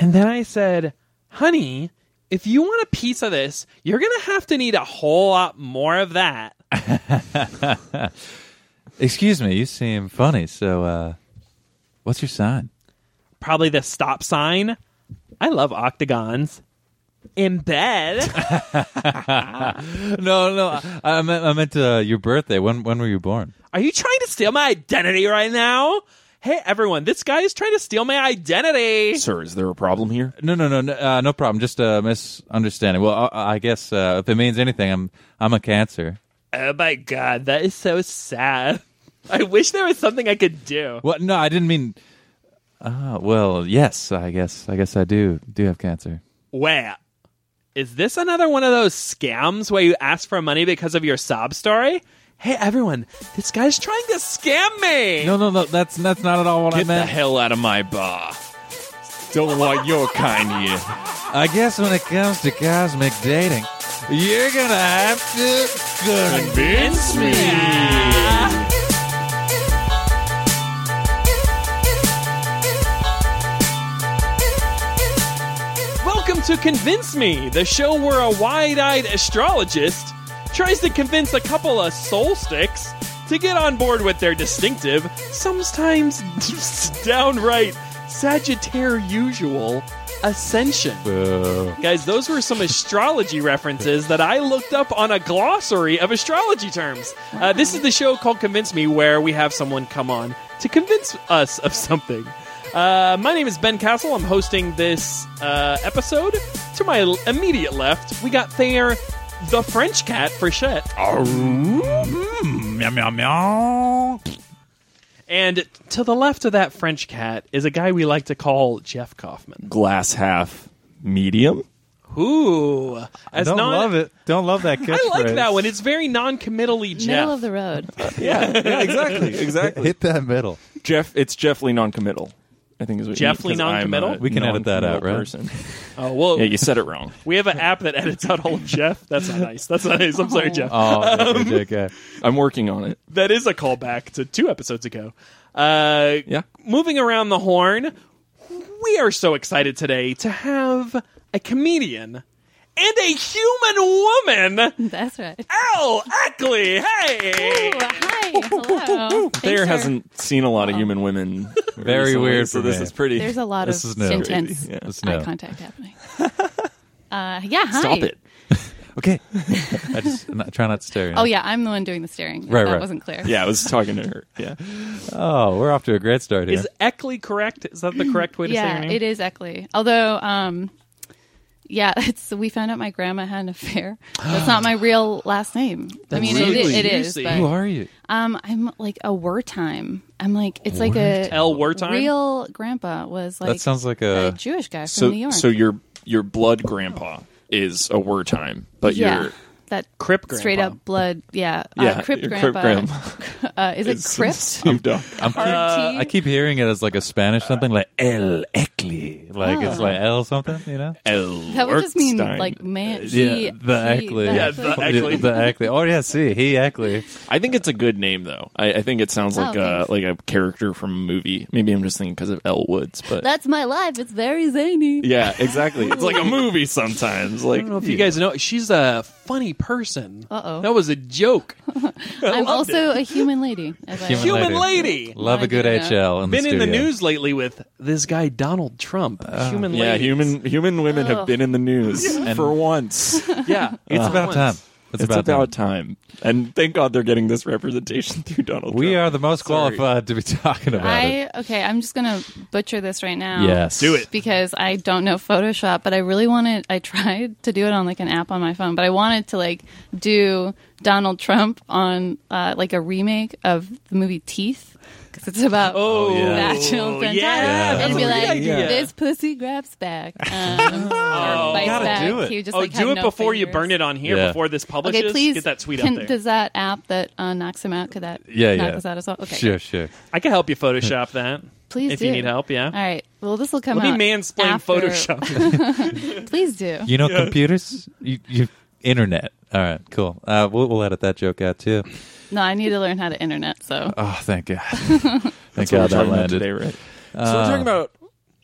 And then I said, honey, if you want a piece of this, you're going to have to need a whole lot more of that. Excuse me, you seem funny. So, uh, what's your sign? Probably the stop sign. I love octagons. In bed. No, no, I, I meant, I meant uh, your birthday. When when were you born? Are you trying to steal my identity right now? Hey, everyone, this guy is trying to steal my identity. Sir, is there a problem here? No, no, no, no, uh, no problem. Just a misunderstanding. Well, I, I guess uh, if it means anything, I'm I'm a cancer. Oh my God, that is so sad. I wish there was something I could do. Well, no, I didn't mean. Uh, well, yes, I guess I guess I do do have cancer. Wait, is this another one of those scams where you ask for money because of your sob story? Hey, everyone, this guy's trying to scam me. No, no, no. That's that's not at all what I Get the meant. hell out of my bar. Don't want your kind here. I guess when it comes to cosmic dating, you're gonna have to Convince me. Welcome to Convince Me, the show where a wide eyed astrologist tries to convince a couple of soul sticks to get on board with their distinctive, sometimes downright Sagittarusual ascension. Boo. Guys, those were some astrology references that I looked up on a glossary of astrology terms. Uh, this is the show called Convince Me, where we have someone come on to convince us of something. Uh, my name is Ben Castle. I'm hosting this uh, episode. To my l- immediate left, we got Thayer, the French cat, Frechette, Meow, meow, meow. and to the left of that French cat is a guy we like to call Jeff Kaufman. Glass half medium. Ooh, as Don't non- love it. Don't love that catchphrase. I like that one. It's very non-committally Jeff. Middle of the road. Yeah, exactly, exactly. Hit that middle. Jeff, it's Jeffly non-committal. I think is what Jeffly because I'm a noncommittal? We can edit that out, right? non-committal Person. oh well, Yeah, you said it wrong. We have an app that edits out all of Jeff. That's not nice. That's not nice. I'm sorry, Jeff. Oh, Um, JK. I'm working on it. That is a callback to two episodes ago. Uh, Yeah. Moving around the horn, we are so excited today to have a comedian and a human woman, That's right. Elle Eckley. Ooh, Hey. hi. Hello. Oh, Thanks Thayer for- hasn't seen a lot of human women. Very recently, weird So for this me. is pretty. There's a lot This is of new. intense Yeah. This is eye new. contact happening. Uh, yeah. Hi. Stop it. Okay. I just n- try not to stare. you know? Oh yeah, I'm the one doing the staring. if Right, that right. wasn't clear. Yeah, I was talking to her. Yeah, Oh, we're off to a great start here. Is Eckley correct? Is that the correct way to say Yeah, your name? it is Eckley. Although, um, yeah, it's we found out my grandma had an affair. That's not my real last name. I mean, it, really it is. juicy. Who But, are you? um, I'm like a war time. I'm like it's like a Elle Wertheim? Real grandpa was like that sounds like a a. Jewish guy from so New York. so your your blood grandpa is a word time, but yeah, your that Crip grandpa. straight up blood. Yeah, Yeah, uh, Crip your Crip grandpa. uh, is it is Crip? Snoop Dogg. I'm keep, I keep hearing it as like a Spanish something, like El Ecli. Like Ah. it's like El something, you know? that would just mean Elwerstein. like man. She, yeah, the he- Eckley. Yeah, the Fuck, Eckley. The Eckley. Oh, yeah, see, he Eckley. I think it's a good name though. I, I think it sounds like Oh, a thanks. like a character from a movie. Maybe I'm just thinking because of Elle Woods, but That's my life. It's very zany. yeah, exactly. It's like a movie sometimes. Like I don't know if you guys know, she's a funny person. Uh-oh. That was a joke. I'm also a human lady. As I Human am. Human lady. lady. Love I a good didn't know. HL. In been the in the studio. news lately with this guy Donald Trump. Uh, human, yeah, ladies. human human women Oh. have been in the news for once. Yeah, It's It's Uh-huh. about time. It's about, time. and thank God they're getting this representation through Donald. We Trump. are the most Sorry. qualified to be talking about it. I okay. I'm just gonna butcher this right now. Yes. Do it. Because I don't know Photoshop, but I really wanted. I tried to do it on like an app on my phone, but I wanted to like do Donald Trump on uh, like a remake of the movie Teeth because it's about Oh, yeah. vaginal yeah, penile. that's and a be great like, idea. this pussy grabs back. Um, or bites gotta back. do it. He just, oh, like, had do it no before you fingers. burn it on here Yeah. before this publishes. Okay, please Get that tweet can- out there. Does that app that uh, knocks him out? Could that Yeah, knock yeah. us out as well? Okay, Sure, sure. I can help you Photoshop that. Please if do. you need help, yeah. All right. Well, this will come Let out. me mansplain after- Photoshop. Please do. You know computers? You, you internet. All right, cool. Uh, we'll, we'll edit that joke out too. No, I need to learn how to internet. So Oh, thank God. thank God that landed. today, right? so we're talking about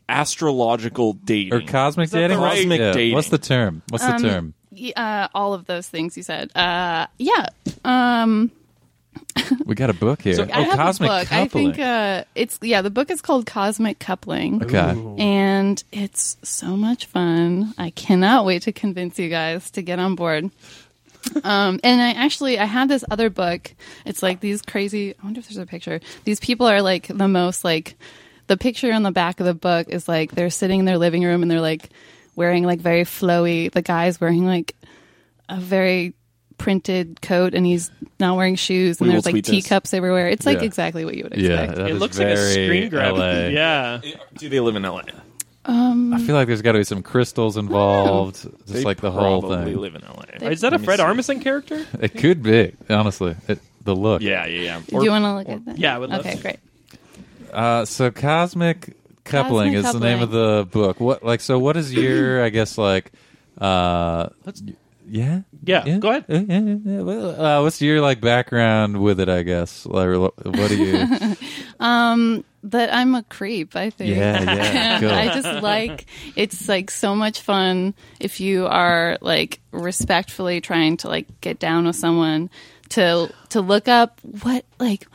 astrological dating. Or cosmic that the dating? right- Cosmic Yeah. dating. What's the term? What's Um, the term? y- uh, all of those things you said. Uh, yeah. Um, We got a book here. oh, I have cosmic a book. coupling. I think uh, it's yeah. The book is called Cosmic Coupling. okay. And it's so much fun. I cannot wait to convince you guys to get on board. Um, and I actually I have this other book. It's like these crazy. I wonder if there's a picture. These people are like the most like the picture on the back of the book is like they're sitting in their living room and they're like wearing like very flowy. The guy's wearing like a very printed coat and he's not wearing shoes We and will there's like tweet this. teacups everywhere. It's like Yeah. exactly what you would Yeah, expect. that it is looks like a very screen grab. LA. Yeah. Do they live in LA? I feel like there's got to be some crystals involved, just They like the whole probably thing. live in LA. Is that a me Fred see. Armisen character? It could be, honestly. It, the look. Yeah, yeah, yeah. Do you want to look at that? yeah, I would love okay, to. great. Uh, so cosmic coupling Cosmic is the name of the book. What like so? What is your? I guess like. Uh, yeah. Yeah, go ahead. Uh, yeah, yeah, yeah. Well, uh, what's your like background with it? I guess. Like, what do you? But I'm a creep, I think. yeah, yeah. Cool. I just like it's like so much fun if you are like respectfully trying to like get down with someone to to look up what like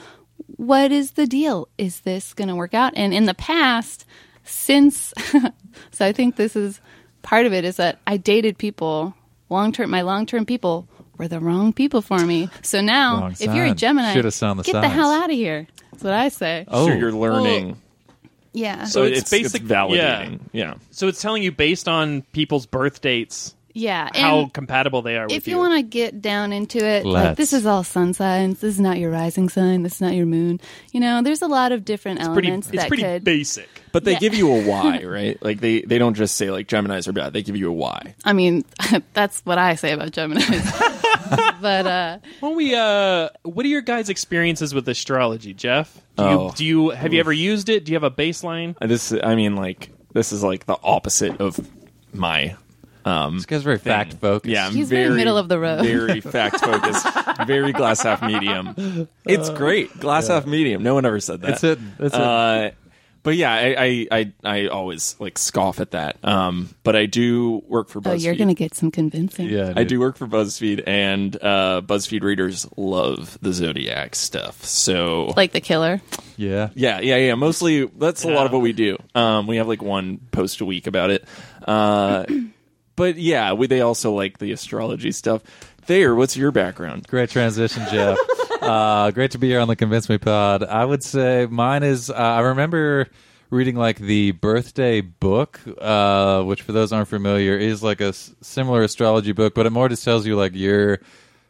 what is the deal? Is this going to work out? And in the past, since so I think this is part of it is that I dated people long term. My long term people were the wrong people for me. So now, Wrong if you're a sign. Gemini, Should've sown the get the signs. hell out of here. That's what I say. Oh. So you're learning. Yeah. So it's it's, it's basic- validating. Yeah. So it's telling you based on people's birth dates yeah. how and- compatible they are with if you want to get down into it, like Let's. this is all sun signs. This is not your rising sign. This is not your moon. You know, there's a lot of different pretty, elements it's that pretty could. basic. But they Yeah. give you a why, right? Like they, they don't just say like Gemini's are bad. They give you a why. I mean, that's what I say about Gemini. but uh, When we, uh, what are your guys' experiences with astrology, Jeff? Do Oh. you, do you have you ever used it? Do you have a baseline? Uh, This I mean like this is like the opposite of my this guy's very fact focused. Yeah, I'm He's very middle of the road. Very fact focused. very glass half medium. It's great. Glass half medium. No one ever said that. That's it. That's it. Uh, but yeah, I, I I I always like scoff at that. Um, but I do work for BuzzFeed. oh, you're gonna get some convincing. Yeah, I dude. do work for BuzzFeed, and uh, BuzzFeed readers love the zodiac stuff. So Like the killer. Yeah. yeah, yeah, yeah. Mostly that's a lot of what we do. Um, we have like one post a week about it. Uh, but yeah, we, they also like the astrology stuff. Thayer, what's your background? Great transition, Jeff. uh, great to be here on the Convince Me Pod. I would say mine is. Uh, I remember reading like the birthday book, uh, which for those aren't familiar is like a s- similar astrology book, but it more just tells you like your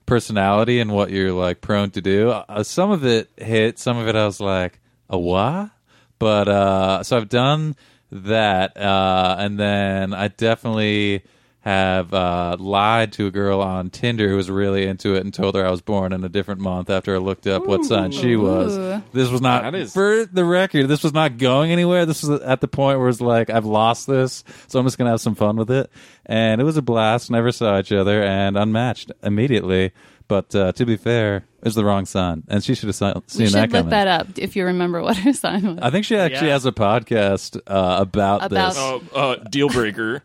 personality and what you're like prone to do. Uh, some of it hit. Some of it I was like, a what? But uh, so I've done that, uh, and then I definitely have uh, lied to a girl on Tinder who was really into it and told her I was born in a different month after I looked up what sign she was. Ooh. This was not That is- for the record. This was not going anywhere. This was at the point where it's like I've lost this, so I'm just gonna have some fun with it. And it was a blast. Never saw each other and unmatched immediately. But uh, to be fair, it was the wrong sign, and she should have si- seen We should that look coming. that up if you remember what her sign was. I think she actually Yeah. has a podcast uh, about, About- this. Oh, uh, deal breaker.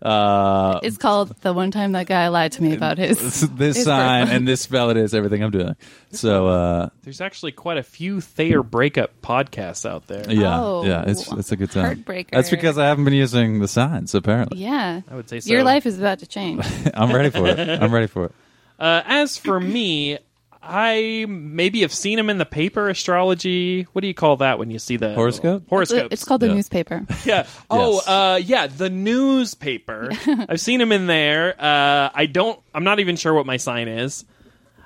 it's called "The One Time That Guy Lied to Me About His." this It's sign perfect. and this validates everything I'm doing. So uh, There's actually quite a few Thayer breakup podcasts out there. yeah, Oh, yeah, it's it's a good time. heartbreaker. That's because I haven't been using the signs. Apparently, Yeah, I would say so. your life is about to change. I'm ready for it. I'm ready for it. Uh, as for me, I maybe have seen them in the paper astrology. What do you call that when you see the Horoscope? Horoscopes. It's called the Yeah. newspaper. Yeah. Oh, Yes. uh, yeah. The newspaper. I've seen him in there. Uh, I don't. I'm not even sure what my sign is.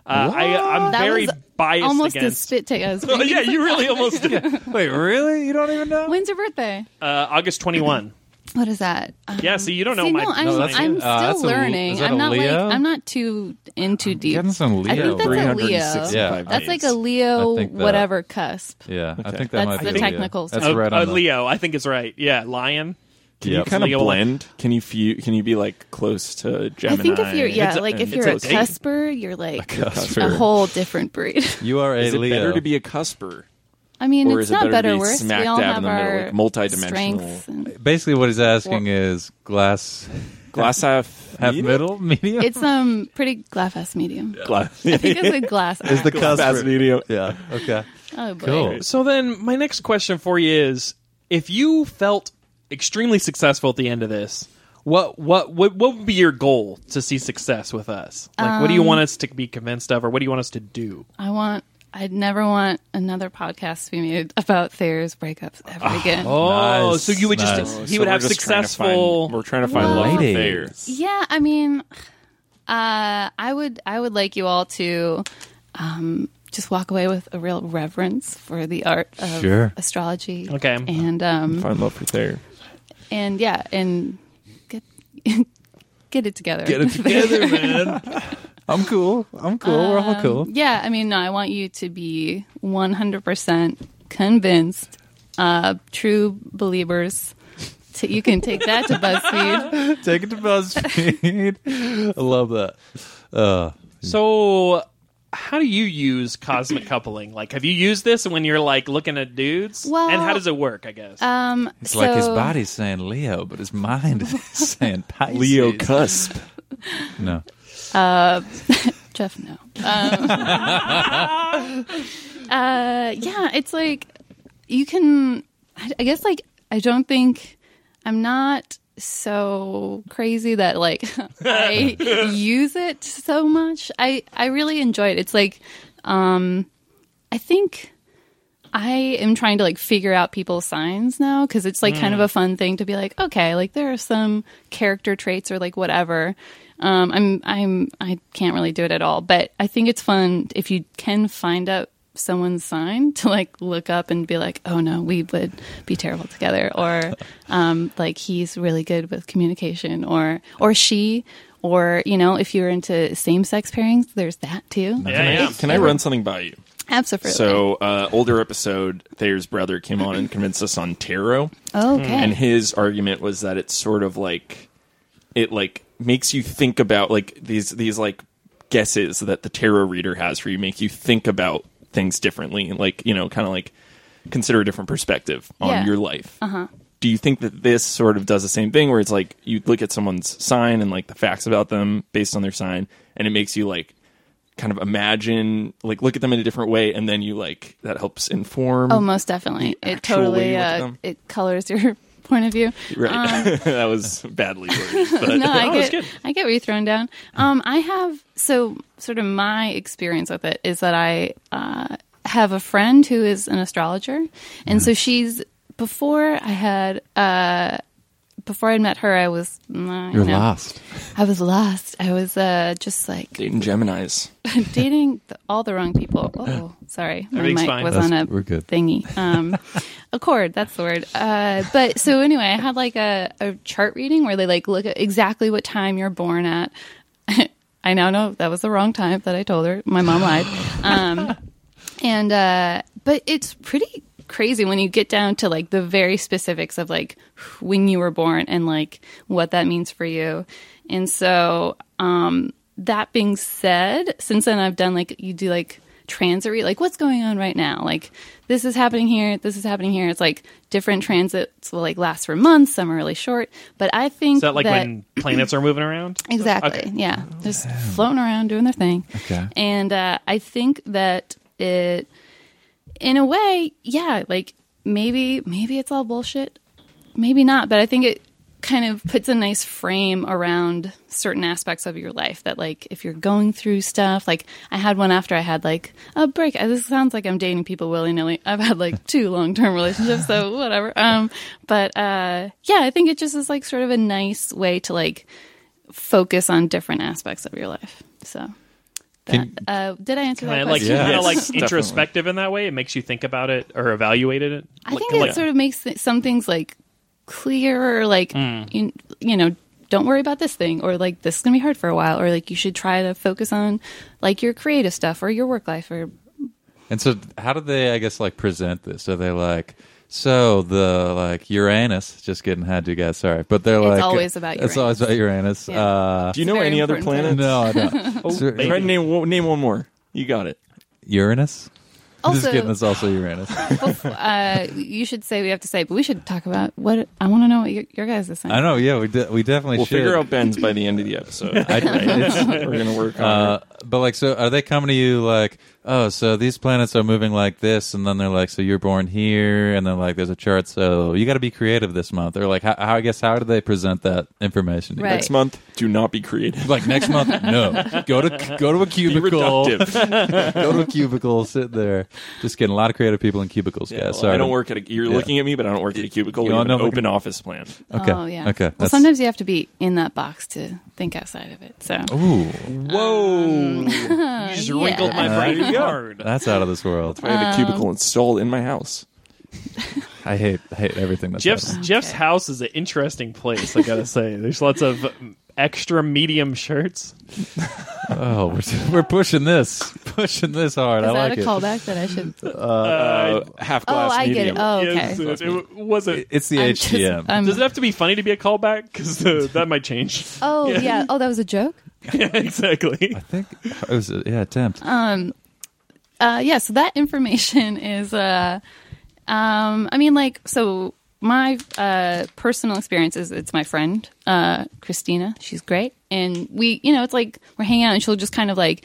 Uh, I, I'm That very was biased almost as against. spit take as. Oh, yeah, you really almost did. Wait, really? You don't even know? When's your birthday? Uh, August 21. What is that? Um, Yeah, so you don't know See, my. no, I'm, No, that's- I'm uh, that's a- still learning. is that I'm a not Leo? like I'm not too in too deep. Getting some I Leo think that's a Leo. 365 Yeah. That's like a days. Leo I think that- whatever cusp. Yeah, I think That's that might the be a- technical That's stuff. Oh, right uh, on the- Leo, I think it's right. Yeah, lion. Can you Yep. kind of Leo- blend? Can you few, Can you be like close to Gemini? I think if you're yeah, It's a- like if it's you're a, a date. cusper, you're like a, cusper. whole different breed. You are a Is it Leo. better to be a cusper? I mean, Or it's is it better not to better or be worse. smack We all dab in have the middle, our like multidimensional- strengths and- Basically, what he's asking is glass Glass half half medium? middle, medium. It's um pretty glass medium. Glass. I think it's a glass. Is the Glass cusp- medium. Yeah. Okay. oh, boy. Cool. So then, my next question for you is: If you felt extremely successful at the end of this, what what what, what would be your goal to see success with us? Like, what do you want us to be convinced of, or what do you want us to do? I want. I'd never want another podcast to be made about Thayer's breakups ever again. Oh, Nice, so you would nice. just he would So have we're just trying to find- successful. we're trying to find love for Ladies. Thayer. Yeah, I mean, uh, I would I would like you all to um, just walk away with a real reverence for the art of Sure. astrology. Okay. and um, Find love for Thayer. and yeah, and get get it together. Get it together, man. I'm cool. I'm cool. We're Um, all cool. yeah, I mean, no, I want you to be one hundred percent convinced, uh, true believers. To, you can take that to BuzzFeed. Take it to BuzzFeed. I love that. Uh, So, how do you use cosmic coupling? Like, have you used this when you're like looking at dudes? Well, and how does it work? I guess. Um, it's like his so- body's saying Leo, but his mind is saying Pisces. Leo cusp. No. Jeff, no. Um, uh, yeah, it's like you can. I, I guess like I don't think I'm not so crazy that like I use it so much. I I really enjoy it. It's like um, I think. I am trying to like figure out people's signs now because it's like Mm. kind of a fun thing to be like, okay, like there are some character traits or like whatever. Um, I'm I'm I can't really do it at all, but I think it's fun if you can find out someone's sign to like look up and be like, oh no, we would be terrible together, or um, like he's really good with communication, or or she, or you know, if you're into same sex pairings, there's that too. yeah, yeah. Can I run something by you? Absolutely. So, uh, older episode, Thayer's brother came on and convinced us on tarot. okay. and his argument was that it's sort of like it like makes you think about like these these like guesses that the tarot reader has for you make you think about things differently and like you know kind of like consider a different perspective on Yeah. your life uh-huh. do you think that this sort of does the same thing where it's like you look at someone's sign and like the facts about them based on their sign and it makes you like kind of imagine like look at them in a different way and then you like that helps inform Oh, most definitely. the It actual way totally Mm. you look at uh, them. it colors your point of view. right um, that was badly worded but No, I it's get good. I get what you're throwing down. Um, I have so sort of my experience with it is that I uh, have a friend who is an astrologer, and so she's before I had uh, before I met her, I was mm, you You're know, lost. I was lost. I was uh, just like Dating Geminis. dating the, all the wrong people. Oh, sorry, my mic Everything's fine. was That's- on a we're good. thingy. Um, a cord, that's the word. Uh, but so anyway, I had like a, a chart reading where they like look at exactly what time you're born at. I now know that was the wrong time that I told her. My mom lied. Um, and uh, but it's pretty crazy when you get down to like the very specifics of like when you were born and like what that means for you. And so um, that being said, since then I've done like you do like transit read, like what's going on right now like this is happening here this is happening here it's like different transits will like last for months some are really short but i think Is that like that when planets are moving around? Exactly. Okay. Yeah. Just floating around doing their thing. Okay. And uh, I think that it, in a way, yeah, like maybe maybe it's all bullshit, maybe not, but I think it kind of puts a nice frame around certain aspects of your life that like if you're going through stuff like i had one after i had like a break Uh, this sounds like i'm dating people willy-nilly i've had like two long-term relationships so whatever um but uh yeah i think it just is like sort of a nice way to like focus on different aspects of your life. So that. uh, did I answer Kind that of like question? Yeah. kind of Yes, like definitely. introspective in that way. It makes you think about it or evaluate it. I think Like- that sort of makes th- some things like clearer, like Mm. you, you know, don't worry about this thing, or like this is gonna be hard for a while, or like you should try to focus on like your creative stuff or your work life or And so, how do they, I guess, like present this? Are they like, so the like Uranus? Just kidding, had you guys? Sorry, but they're like, always about It's always about Uranus. Uranus. Yeah. Uh, Do you know very any other important to planets? no, I don't. So- Try to name one- name one more. You got it. Uranus. Also- just kidding. It's also Uranus. uh, you should say we have to say, but we should talk about what I want to know what your, your guys' sign. I know. Yeah, we de- we definitely We'll should figure out Ben's by the end of the episode. I- it's- We're gonna work on it. Uh, but like, so are they coming to you like, oh, so these planets are moving like this, and then they're like, so you're born here, and then like, there's a chart, so you got to be creative this month, or like, how, how I guess how do they present that information? To you? Right. next month. Do not be creative. Like next month, no. Go to go to a Be cubicle. reductive. Go to a cubicle. Sit there. Just kidding. A lot of creative people in cubicles. Yeah, Yeah, well, sorry. I don't work at a. You're looking at me, but I don't work at a cubicle. You we all have an know- open office plan. Okay. Oh yeah. Okay. Well, That's- sometimes you have to be in that box to think outside of it. So Ooh, Whoa! Um, you just yeah. wrinkled my There brain you go. hard. that's out of this world. I um, have a cubicle installed in my house. I hate I hate everything. That's Jeff's happening. Jeff's house is an interesting place. I gotta say, there's lots of um, extra medium shirts. Oh, we're, we're pushing this, pushing this hard. I is like that a it. callback that I should? oh, Uh, half glass I get medium. it. Oh, okay. Yes, it, it was a- It's the I'm just- HTM. I'm- Does it have to be funny to be a callback? Because that might change. oh yeah. Oh, that was a joke. yeah, exactly. I think it was a, yeah attempt. uh, yeah, so that information is, uh, um, I mean, like, so my uh, personal experience is it's my friend, uh, Christina. She's great. And we, you know, it's like we're hanging out and she'll just kind of like,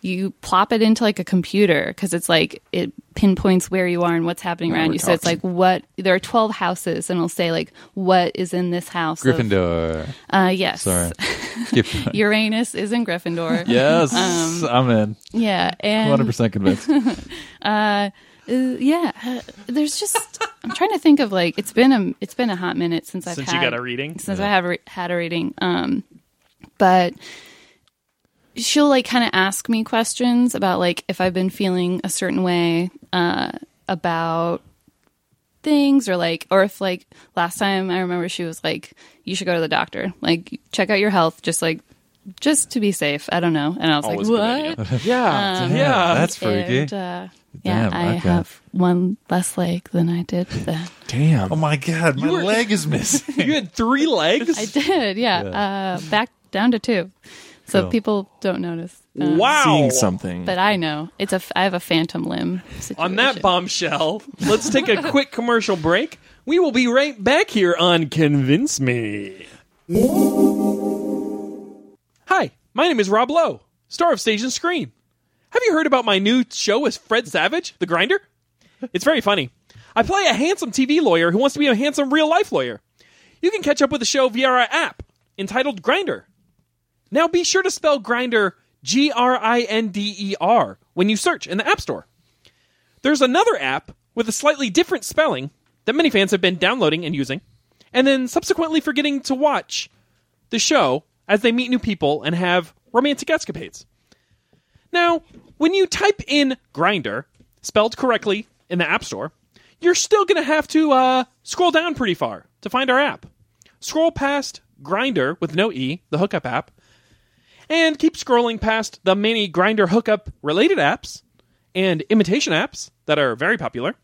you plop it into like a computer because it's like it pinpoints where you are and what's happening around we're you. So it's talking. like what there are twelve houses, and it'll say like what is in this house. of- Gryffindor. Uh, yes. Sorry. Skip. Uranus is in Gryffindor. yes, I'm in. Yeah. Um, And um, 100 percent convinced. Uh, yeah, uh, there's just I'm trying to think of like it's been a it's been a hot minute since I've Since you had, got a reading? since I have re- had a reading. Um, but she'll like kind of ask me questions about like if I've been feeling a certain way uh, about things or like or if like last time I remember she was like you should go to the doctor like check out your health just like just to be safe I don't know and I was Always a good idea. like what Yeah, yeah. that's freaky. and, uh, yeah, Damn, I okay. have one less leg than I did then. Damn. oh my god, my leg is missing. You had three legs. I did, yeah. Uh, back down to two. So Cool. people don't notice. Uh, wow. Seeing something. But I know. it's a. f- I have a phantom limb situation. On that bombshell, let's take a quick commercial break. We will be right back here on Convince Me. Hi, my name is Rob Lowe, star of Stage and Screen. Have you heard about my new show as Fred Savage, The Grinder? It's very funny. I play a handsome TV lawyer who wants to be a handsome real life lawyer. You can catch up with the show via our app entitled Grinder. Now be sure to spell Grinder G R I N D E R when you search in the App Store. There's another app with a slightly different spelling that many fans have been downloading and using, and then subsequently forgetting to watch the show as they meet new people and have romantic escapades. Now, when you type in Grinder, spelled correctly in the App Store, you're still going to have to uh, scroll down pretty far to find our app. Scroll past Grinder with no E, the hookup app, and keep scrolling past the many Grinder hookup related apps and imitation apps that are very popular.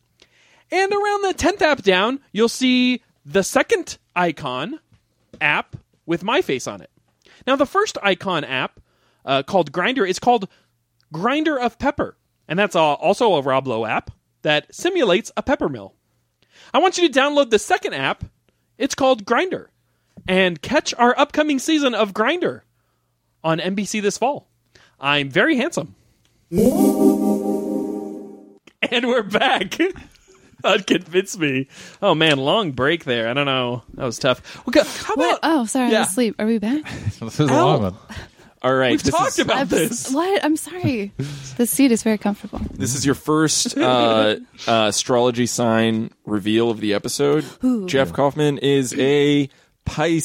And around the 10th app down, you'll see the second icon app with my face on it. Now, the first icon app uh, called Grinder is called Grinder of Pepper. And that's uh, also a Roblo app that simulates a pepper mill. I want you to download the second app. It's called Grinder. And catch our upcoming season of Grinder on NBC this fall. I'm very handsome. And we're back. That convinced me. Oh man, long break there. I don't know. That was tough. Okay, how about What? Oh, sorry. Yeah. I was asleep. Are we back? this is a long one. All right, We've this talked is, about I'm this. s- What? I'm sorry. The seat is very comfortable. this is your first uh, uh, astrology sign reveal of the episode. Jeff Kaufman is a Pisces.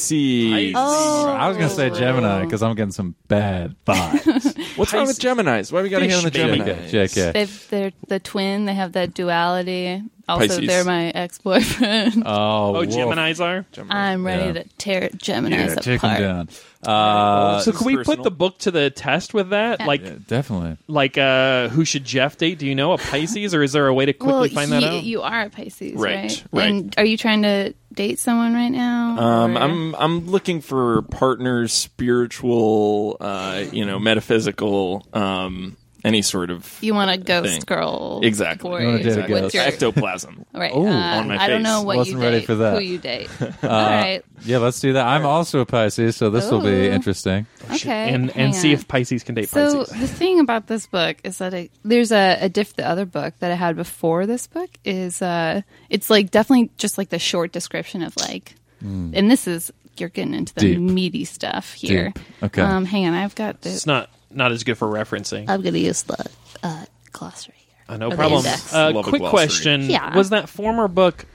Pisces. Oh, I was gonna say Gemini because I'm getting some bad vibes. What's wrong with Pisces. Gemini's? Why we got to hit on the Fish baby. Gemini's? JK. They've, they're the twin. They have that duality. Also, Pisces. they're my ex boyfriend. Oh, Oh, whoa. Gemini's are. I'm ready Yeah. to tear Gemini's Yeah, take apart. him down. Uh, so this can is we put personal. the book to the test with that? Like, yeah, definitely. like uh, who should Jeff date? Do you know a Pisces, or is there a way to quickly well, find you, that out? you are a Pisces, Right, right? right. And are you trying to date someone right now? Um, or- I'm I'm looking for partners, spiritual, uh, you know, metaphysical, um, any sort of You want a ghost thing. girl? Exactly. Boy. You wanna date a What's ghost. your- ectoplasm. Right. Ooh, uh, on my I don't face. Uh, know what Wasn't you ready date, for that. Who you date? All right. Yeah, let's do that. I'm also a Pisces, so this will be Ooh. interesting. Okay. and hang and see on. if Pisces can date So Pisces. the thing about this book is that it, there's a, a diff. The other book that I had before this book is uh, it's like definitely just like the short description of like, and this is you're getting into the Hmm. Deep. meaty stuff here. Deep. Okay. Um, hang on, I've got It's this. not not as good for referencing. I'm gonna use the uh, glossary. here. Uh, no the problem. index. Uh, Love a quick glossary. question: Yeah. Was that former book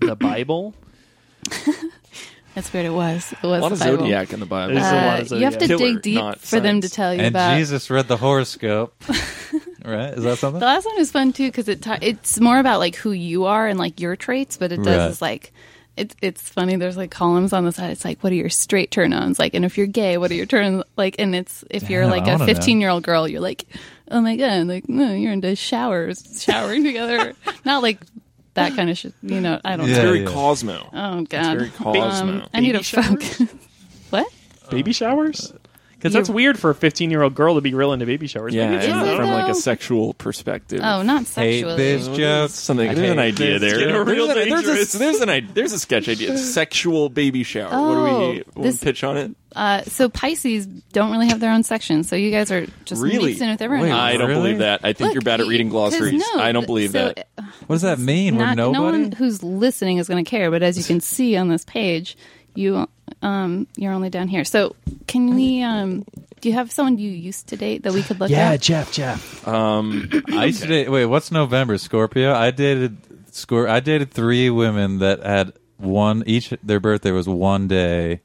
the Bible? That's weird. It was. It was A lot of the Bible. zodiac in the Bible. There's a lot Uh, of you have to zodiac. Killer, dig deep not for them to science. tell you And about. Jesus read the horoscope. right? Is that something? The last one is fun too because it ta- it's more about like who you are and like your traits, but it does Right. is like it's it's funny. There's like columns on the side. It's like what are your straight turn ons like, and if you're gay, what are your turn like? And it's if you're Damn, like I a wanna know. 15 year old girl, you're like, oh my god, like no, you're into showers, showering together, not like that kind of shit. You know, I don't Yeah, know. Very yeah. Cosmo. Oh Very god, Cosmo. I need Baby a showers? focus. what? Uh, baby showers? Because you- that's weird for a 15 year old girl to be real into baby showers. yeah, Maybe it's Is and not. it from like though? a sexual perspective. Oh, not Hate sexually. this joke. Something. I There's an hate idea this. there. Getting real there's, a, dangerous. there's, a, there's an idea. There's a sketch idea. Sexual baby shower. Oh, what do we this- this, pitch on it? Uh, so Pisces don't really have their own section, so you guys are just really? mixing with everyone. Wait, else. I don't Really? believe that. I think Look, you're bad at y- reading 'cause glossaries. no, I don't believe so, that. uh, What does that mean? Not, We're no nobody? one who's listening is going to care. But as you can see on this page, you um, you're only down here. So can we? Um, do you have someone you used to date that we could look at? Jeff, Jeff. I used to date. Wait, what's November? Scorpio. I dated. Scor- I dated three women that had one each. Their birthday was one day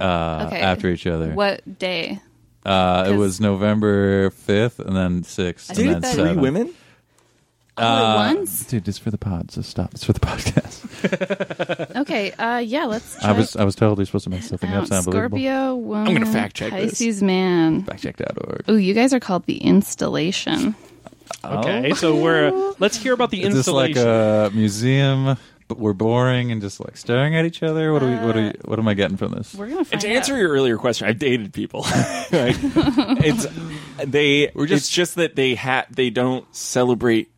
uh, Okay. after each other. What day? Uh, it 'Cause- was November fifth, and then sixth, Dude, and then that- seventh. Three women? All Uh, at Oh, once? dude. It's for the pod, so stop. It's for the podcast. Okay. Uh, yeah. Let's. Try I was I was totally supposed to make it something out. up. Sound believable? Oh, Scorpio woman. gonna fact check this. Pisces man. Backcheck.org. Ooh, you guys are called the installation. Okay, so we're uh, let's hear about the Is this like installation. uh, a museum? But we're boring and just like staring at each other. What do we? What do we, What am I getting from this? Uh, We're gonna And find to answer out. your earlier question, I've dated people. Like, it's they. We're just, it's just that they ha- They don't celebrate.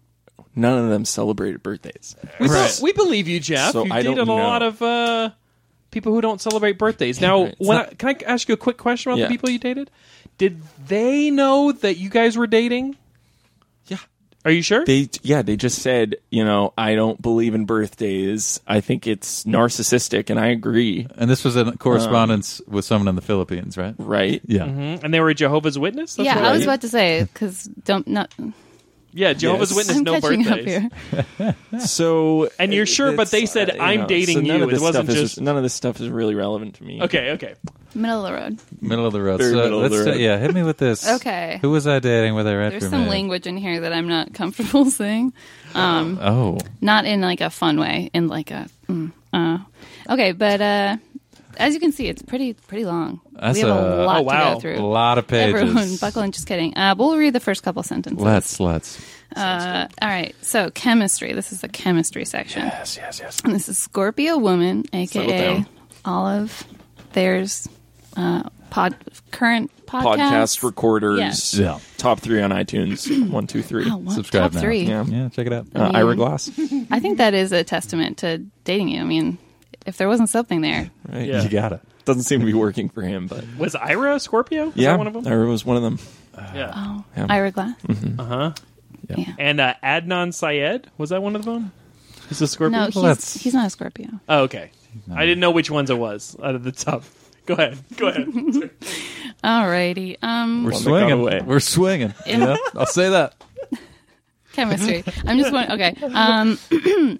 None of them celebrated birthdays. Right. We believe you, Jeff. So you I don't dated a know. lot of uh, people who don't celebrate birthdays. Now, Right. when I, can I ask you a quick question about Yeah. the people you dated? Did they know that you guys were dating? Yeah. Are you sure? They yeah. They just said you know I don't believe in birthdays. I think it's narcissistic, and I agree. And this was Uh-huh. a correspondence with someone in the Philippines, right? Right. Yeah. Mhm. And they were a Jehovah's Witness. That's yeah, what I was did. about to say because don't not. Yeah, Jehovah's Yes. Witness, I'm no catching birthdays. up here. So And you're sure, but it's, uh, they said, "I'm dating none you." of It this wasn't stuff is- just- none of this stuff is really relevant to me. Okay, okay. Middle of the road. Middle of the road. Very So middle of let's the road. do- yeah, hit me with this. Okay. Who was I dating? Were they right There's for some me? language in here that I'm not comfortable saying. Oh, Not in like a fun way, in like a mm, uh. Okay, but uh as you can see, it's pretty pretty long. That's we have a, a- lot Oh, wow. to go a through. lot of pages. Everyone, buckle in. Just kidding. Uh, but we'll read the first couple sentences. Let's let's. Uh, all right. So chemistry. This is the chemistry section. Yes. Yes. Yes. And this is Scorpio Woman, Settle aka down. Olive. There's uh, pod current podcast. podcast recorders. Yeah. Yeah. Top three on iTunes. One, two, three. Oh, wow, Subscribe top now. three. Yeah. Yeah, check it out. Uh, mean- Ira Glass. I think that is a testament to dating you. I mean, if there wasn't something there, Right. Yeah. You got it. Doesn't seem to be working for him, but Was Ira a Scorpio? Was yeah, that one of them? Ira was one of them. Yeah. oh, Yeah. Ira Glass. Uh huh. Yeah. Yeah. And uh, Adnan Syed was that one of them? Is this Scorpio? No, he's, Let's- he's not a Scorpio. Oh, okay. I didn't know which ones it was out of the top. Go ahead. Go ahead. Alrighty. Um, We're One that got away. swinging. We're swinging. you know? I'll say that. chemistry. I'm just wondering. Okay. Um,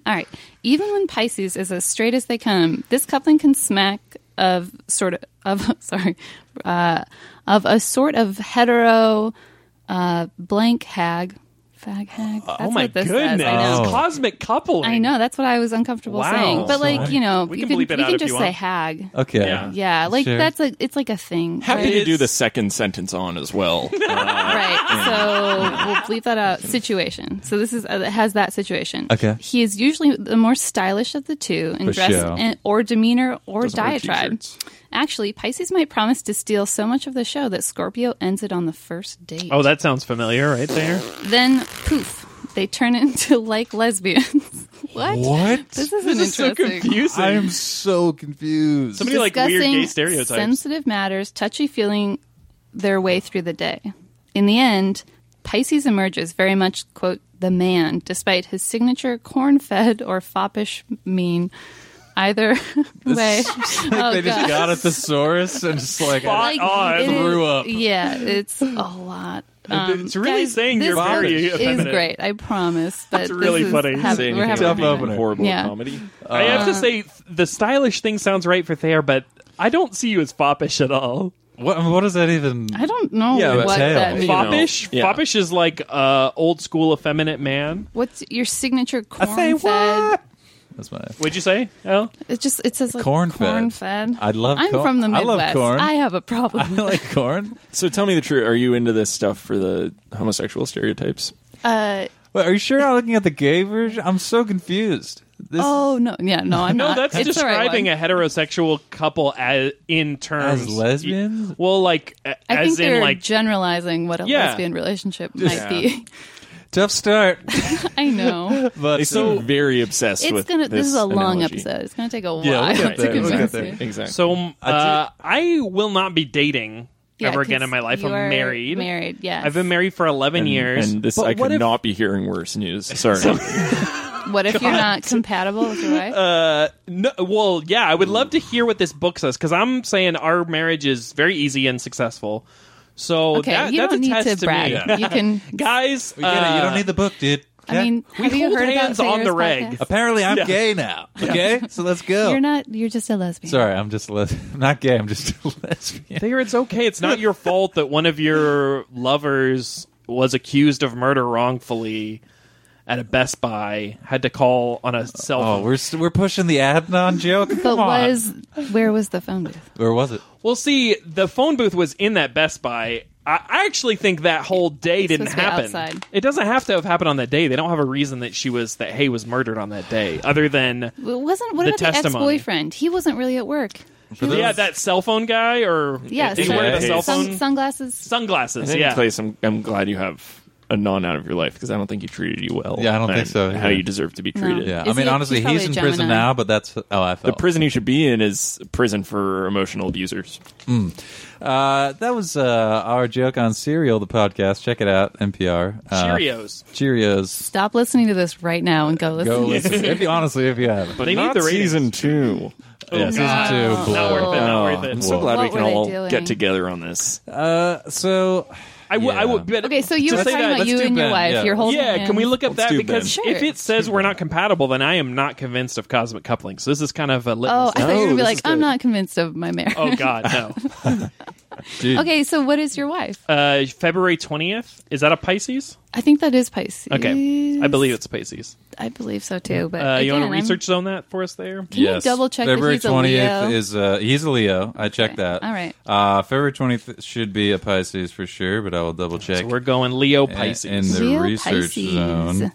all right. Even when Pisces is as straight as they come, this coupling can smack of sort of, of sorry, uh, of a sort of hetero uh, blank hag, fag hag. That's oh my what this goodness! Says. I know. Cosmic couple. I know. That's what I was uncomfortable Wow. saying. But like you know, We you can can, bleep it out you can if just you say want. hag. Okay. Yeah, like Sure. that's a it's like a thing. Happy right? to do the second sentence on as well. Uh, right. So we'll leave that out. Situation. So this is uh, it has that situation. Okay. He is usually the more stylish of the two in For dress sure. and, or demeanor or Doesn't wear diatribe. t-shirts. Actually, Pisces might promise to steal so much of the show that Scorpio ends it on the first date. Oh, that sounds familiar, right there. Then poof, they turn into like lesbians. what? What? This is an This is so interesting. confusing. I am so confused. Somebody like weird discussing gay stereotypes. Sensitive matters, touchy feeling their way through the day. In the end, Pisces emerges very much, quote, the man, despite his signature corn fed or foppish mean. Either way. oh, they God. just got a thesaurus and just like Fuck. on. it is- Threw up. Yeah, it's a lot. Um, It's really guys, saying you're this very is effeminate. great. I promise. But this really is funny. hap- say we're anything having Tough about being a good opener. time. horrible Yeah. comedy. I have Uh, to say, the stylish thing sounds right for Thayer, but I don't see you as foppish at all. what, what does that even? I don't know Yeah, but what tail. that means. You know, Foppish? yeah. Foppish is like uh, old school effeminate man. What's your signature corn say fed? what? That's my. Would you say? Oh, It just it says like Corn corn, fed. fed. I love I'm corn. from the I Midwest. love corn. I have a problem. I like corn. So tell me the truth. Are you into this stuff for the homosexual stereotypes? Uh, Wait, are you sure you're not looking at the gay version? I'm so confused. This oh no, yeah, no, I'm no, not. that's It's the right describing one. a heterosexual couple as in terms As lesbians? Well, like a- I think as they're in like generalizing what a Yeah. lesbian relationship might Yeah. be. tough start, I know. but um, They seem very obsessed It's with gonna. This, This is a long analogy. episode. It's gonna take a while Yeah, we'll get to there. We'll get convince there. you. Exactly. so. Um, I do- uh, I will not be dating Yeah, ever again 'cause in my life. you I'm are married. Married. Yes. I've been married for 11 And- years. and this But I what could if- not be hearing worse news. Sorry, What if you're not compatible with your wife? Uh, no, well, yeah, I would love to hear what this book says because I'm saying our marriage is very easy and successful. So okay, that, you that's don't a need test to brag. me. You can. Guys, we get it. You uh, don't need the book, dude. I mean, We have you hold heard about hands on the Sayers reg. podcast? apparently I'm gay now. Okay, so let's go. You're not. You're just a lesbian. Sorry, I'm just les- I'm not gay. I'm just a lesbian. Thayer, it's okay. It's not your fault that one of your lovers was accused of murder wrongfully at a Best Buy, had to call on a cell Oh, phone. we're st- we're pushing the Adnan joke. Come But on. was where was the phone booth? where was it? well, see, the phone booth was in that Best Buy. I I actually think that whole day didn't supposed to be happen. outside. It doesn't have to have happened on that day. They don't have a reason that she was that Hay was murdered on that day, other than It wasn't. What The about the testimony. ex-boyfriend? He wasn't really at work. For those- yeah, that cell phone guy or Yes, he wearing a Yeah. cell sun- phone sunglasses. sunglasses. And Yeah, Clace, I'm, I'm glad you have a non out of your life because I don't think he treated you well. Yeah, I don't and think so, How yeah. you deserve to be No. treated. Yeah, I Is mean, he- honestly, he's he's, probably in a prison Gemini. now, but that's oh, I The felt. prison he should be in is prison for emotional abusers. uh, that was uh, our joke on Serial, the podcast. Check it out, NPR. Uh, Cheerios. Cheerios. Stop listening to this right now and go listen. Go listen. if you honestly, if you haven't. They need the ratings. season two. Yeah. Season Oh, two, Not blow. worth it. Not worth it. I'm so glad What we can were they all doing? get together on this. Uh, so I would. I Yeah. would. But Okay, so you to were say talking that- about let's you do and your Ben, wife. yeah. You're holding Yeah, hands. can we look up that Let's do because Ben. if Sure. it says we're not compatible, then I am not convinced of cosmic coupling. So this is kind of a litmus. Oh, I test. thought you were gonna No, be this like, is I'm good. not convinced of my marriage. oh God, no. dude, okay, so what is your wife? Uh, February twentieth is that a Pisces? I think that is Pisces. Okay, I believe it's Pisces. I believe so too. But Uh, you again, want to research zone that for us there? I'm, can you double check February that he's a Leo? is uh, he's a Leo. I checked Okay. that. All right. Uh, February twentieth should be a Pisces for sure, but I will double check. So we're going Leo in- Pisces. in the Leo research Pisces. zone.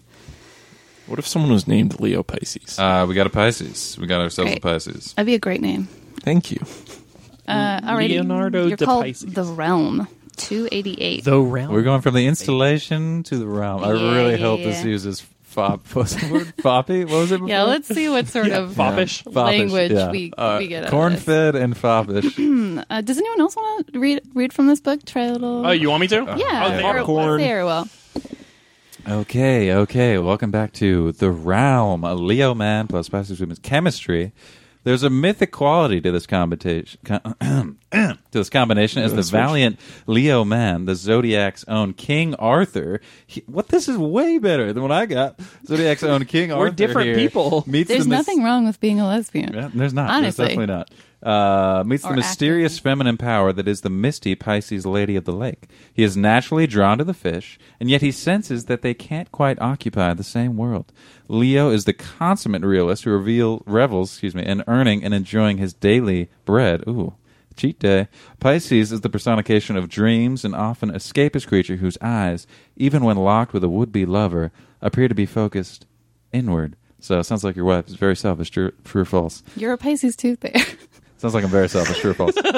What if someone was named Leo Pisces? Uh, we got a Pisces. We got ourselves a Great. Pisces. That'd be a great name. Thank you. Uh, alrighty. Leonardo You're da called Pisces. the Realm. 288. the realm. We're going from the installation to the realm. I Yeah, really yeah, hope this yeah. uses fop. What's the word? Foppy? What was it? Before? yeah, let's see what sort of foppish. Foppish, language Mm-hmm. yeah. we, Uh, we get. out of Corn this. fed and foppish. Uh, does anyone else want to read read from this book? Try a little. Oh, you want me to? yeah, Oh, Fare- there- Popcorn. Fare well. okay, okay. Welcome back to the realm. A Leo man plus Pisces women's chemistry. There's a mythic quality to this combination. to this combination as the valiant Leo Man, the Zodiac's own King Arthur. He- what this is way better than what I got. Zodiac's own King Arthur. different here people. Meets There's the mis- nothing wrong with being a lesbian. Yeah, there's not. Honestly. There's definitely not. Uh, meets Or the mysterious feminine power that is the misty Pisces lady of the lake. He is naturally drawn to the fish, and yet he senses that they can't quite occupy the same world. Leo is the consummate realist who reveal, revels, excuse me, in earning and enjoying his daily bread. Ooh. Cheat day. Pisces is the personification of dreams and often escapist creature whose eyes, even when locked with a would be lover, appear to be focused inward. So it sounds like your wife is very selfish. True, true or false? You're a Pisces too, there. Sounds like I'm very selfish. True or false? Yeah,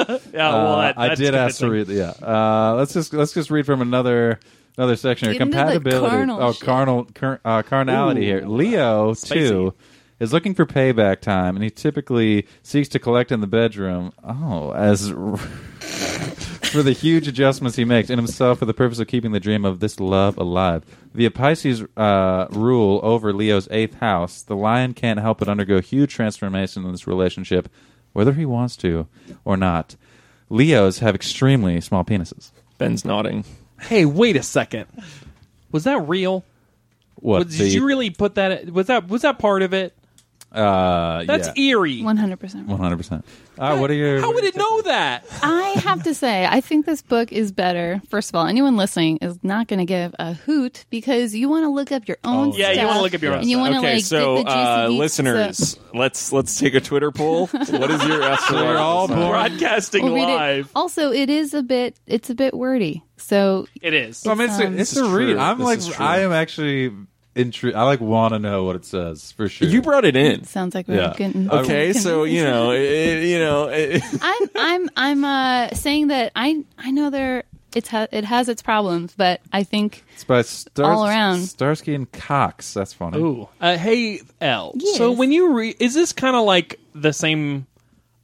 well, Uh, that, I that's did ask to convincing. read. Yeah, uh, let's just let's just read from another another section here. Get into the Compatibility. carnal oh, shit. carnal car, uh, carnality Ooh. here. Leo Spicy. too is looking for payback time, and he typically seeks to collect in the bedroom. Oh, as for the huge adjustments he makes in himself for the purpose of keeping the dream of this love alive. The Pisces uh, rule over Leo's eighth house. The lion can't help but undergo huge transformation in this relationship, whether he wants to or not. Leos have extremely small penises. Ben's nodding. Hey, wait a second. Was that real? What? Was- the- did you really put that? Was that was that part of it? uh, That's yeah, eerie. 100%. one hundred percent. Uh, What are your? How would it know that? I have to say, I think this book is better. First of all, anyone listening is not going to give a hoot because you want to look up your own Oh, stuff. yeah, you want to look up your own And you stuff. want to okay, like so get the juicy uh, deets. listeners, So- let's let's take a Twitter poll. what is your astrological We're all sign? born- Broadcasting we'll read it. live. Also, it is a bit it's a bit wordy. So It is. I mean, it's, a, Um, it's This a is read. true. I'm This is like, true. I am actually intrigued. I like want to know what it says for sure. You brought it in. sounds like we're Yeah. getting Okay, so you know, it, you know, it, I'm I'm I'm uh, saying that I I know there it's ha- it has its problems, but I think it's by Star- all around. Starsky and Cox. That's funny. Ooh. Uh, hey, L. Yes. So when you re- is this kind of like the same?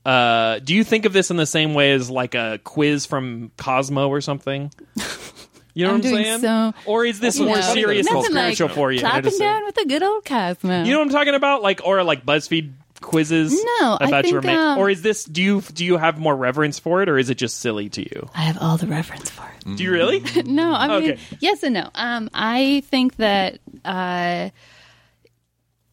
Uh, do you think of this in the same way as like a quiz from Cosmo or something? You know I'm what I'm doing saying? so- or is this you more know, serious and nothing like spiritual for you? Clapping down with a good old Cosmo. You know what I'm talking about? Like or like BuzzFeed quizzes No, I about your think, ma- um, or is this do you do you have more reverence for it or is it just silly to you? I have all the reference for it. Do you really? No, I mean Okay. yes and no. Um, I think that uh,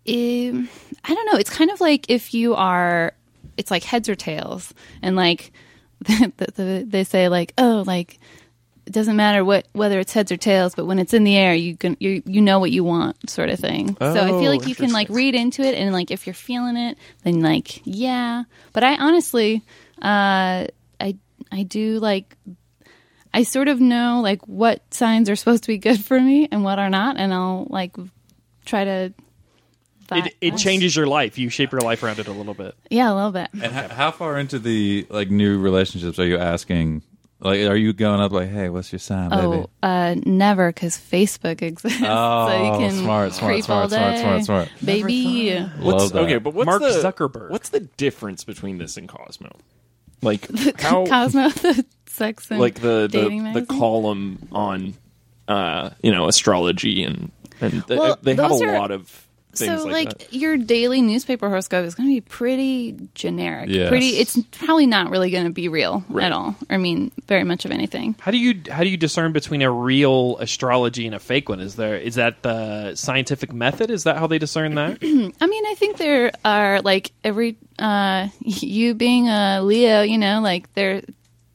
um, I don't know. It's kind of like if you are, it's like heads or tails, and like the, the, they say like oh like it doesn't matter what whether it's heads or tails, but when it's in the air, you can you you know what you want sort of thing. so I feel like you can like read into it, and like if you're feeling it, then like yeah. But I honestly, uh, I I do like I sort of know like what signs are supposed to be good for me and what are not, and I'll like try to. vi- It, it changes your life. You shape your life around it a little bit. Yeah, a little bit. And ho- how far into the like new relationships are you asking? Like, are you going up like, hey, what's your sign, baby? Oh, uh, never because Facebook exists. so Oh, you can smart, smart, creep smart, all smart, day. smart, smart. baby. What's, Love that. Okay, but what's Mark the, Zuckerberg. What's the difference between this and Cosmo? Like how? Cosmo, the sex and like the dating the, the magazine? column on, uh, you know, astrology and and th- Well, they have a those are- lot of things so like, that. your daily newspaper horoscope is going to be pretty generic. Yes. Pretty, it's probably not really going to be real Right. at all. I mean, very much of anything. How do you how do you discern between a real astrology and a fake one? Is there is that the scientific method? Is that how they discern that? I mean, I think there are like every uh, you being a Leo, you know, like there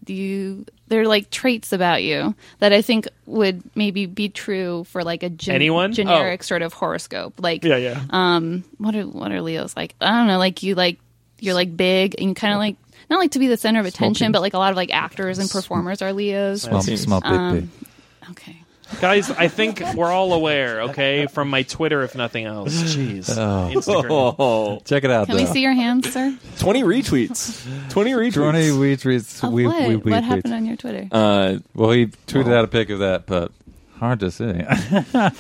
you there are like traits about you that I think would maybe be true for like a gen- Anyone? Oh. generic sort of horoscope. Like, yeah. um, what are what are Leos like? I don't know. Like you like you're like big and you kind of like not like to be the center of attention, but like a lot of like actors and performers are Leos. Um, Small, seems- small big pig. Okay. Guys, I think we're all aware, okay, from my Twitter if nothing else. Jeez. Instagram. Oh, Check it out. Can we see your hands, sir? 20 retweets. 20 retweets. Twenty we tweets. Of we, what? we, we what tweets. happened on your Twitter? Uh, Well, he tweeted out a pic of that, but hard to see.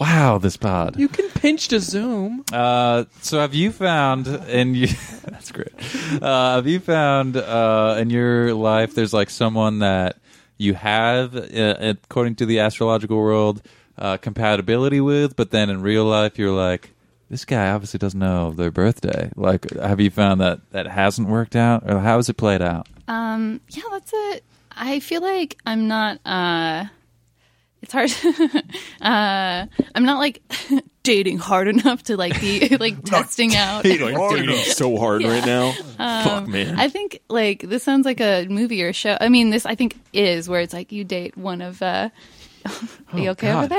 wow, this pod. You can pinch to zoom. Uh, so have you found in you that's great uh, have you found uh, in your life there's like someone that you have uh, according to the astrological world uh, compatibility with but then in real life you're like this guy obviously doesn't know their birthday. Like, have you found that that hasn't worked out, or how has it played out? Um, yeah, that's it. I feel like I'm not. Uh, it's hard. uh, I'm not like dating hard enough to like be like testing out. Uh, Like, dating so hard right now. Fuck, man. I think like this sounds like a movie or show. I mean, this I think is where it's like you date one of. Uh, are Oh, you okay over there?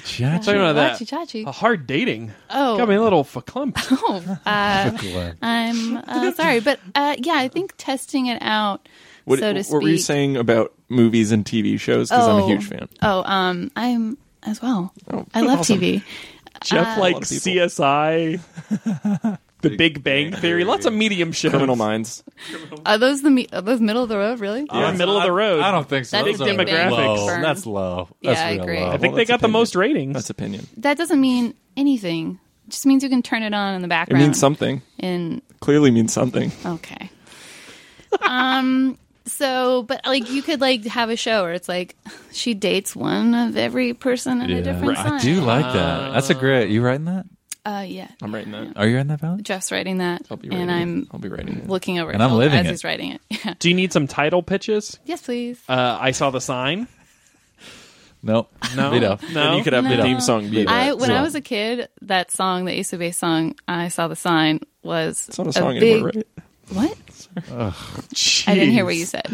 Talking chachi. about that. Chachi, chachi. A hard dating. Oh. Got me a little clump. Oh, uh, I'm uh, sorry, but uh, yeah, I think testing it out, What, so to what speak. were you saying about movies and TV shows? Because I'm a huge fan. Oh, um, I'm as well. Oh, I love awesome. TV. Jeff Uh, lot like of people. CSI, The Big Bang Theory, lots of medium shows. Criminal Minds. Are those the me- are those middle of the road? Really? Yeah, Uh-huh. middle of the road. I don't think so. That is Those are big bang Low. firm. That's low. That's Yeah, I real agree. low. I I think Well, they that's got the opinion. most ratings. That's opinion. That doesn't mean anything. It just means you can turn it on in the It background. means something. In Clearly means something. okay. um. So, but like you could like have a show where it's like she dates one of every person in a different sign. I do like that. That's a great. You writing that? Uh, yeah. I'm writing that. Are you writing that, Valley? Jeff's writing that, I'll be writing and it. I'm I'll be writing it. looking over, And I'm his shoulder living as it. he's writing it. Yeah. Do you need some title pitches? Yes, please. Uh, I saw the sign. Nope. No, Vito. no. And you could have the No. theme song be that. I when So- I was a kid, that song, the Ace of Base song, I saw the sign was It's not a song big, anymore, right? What? I didn't hear what you said.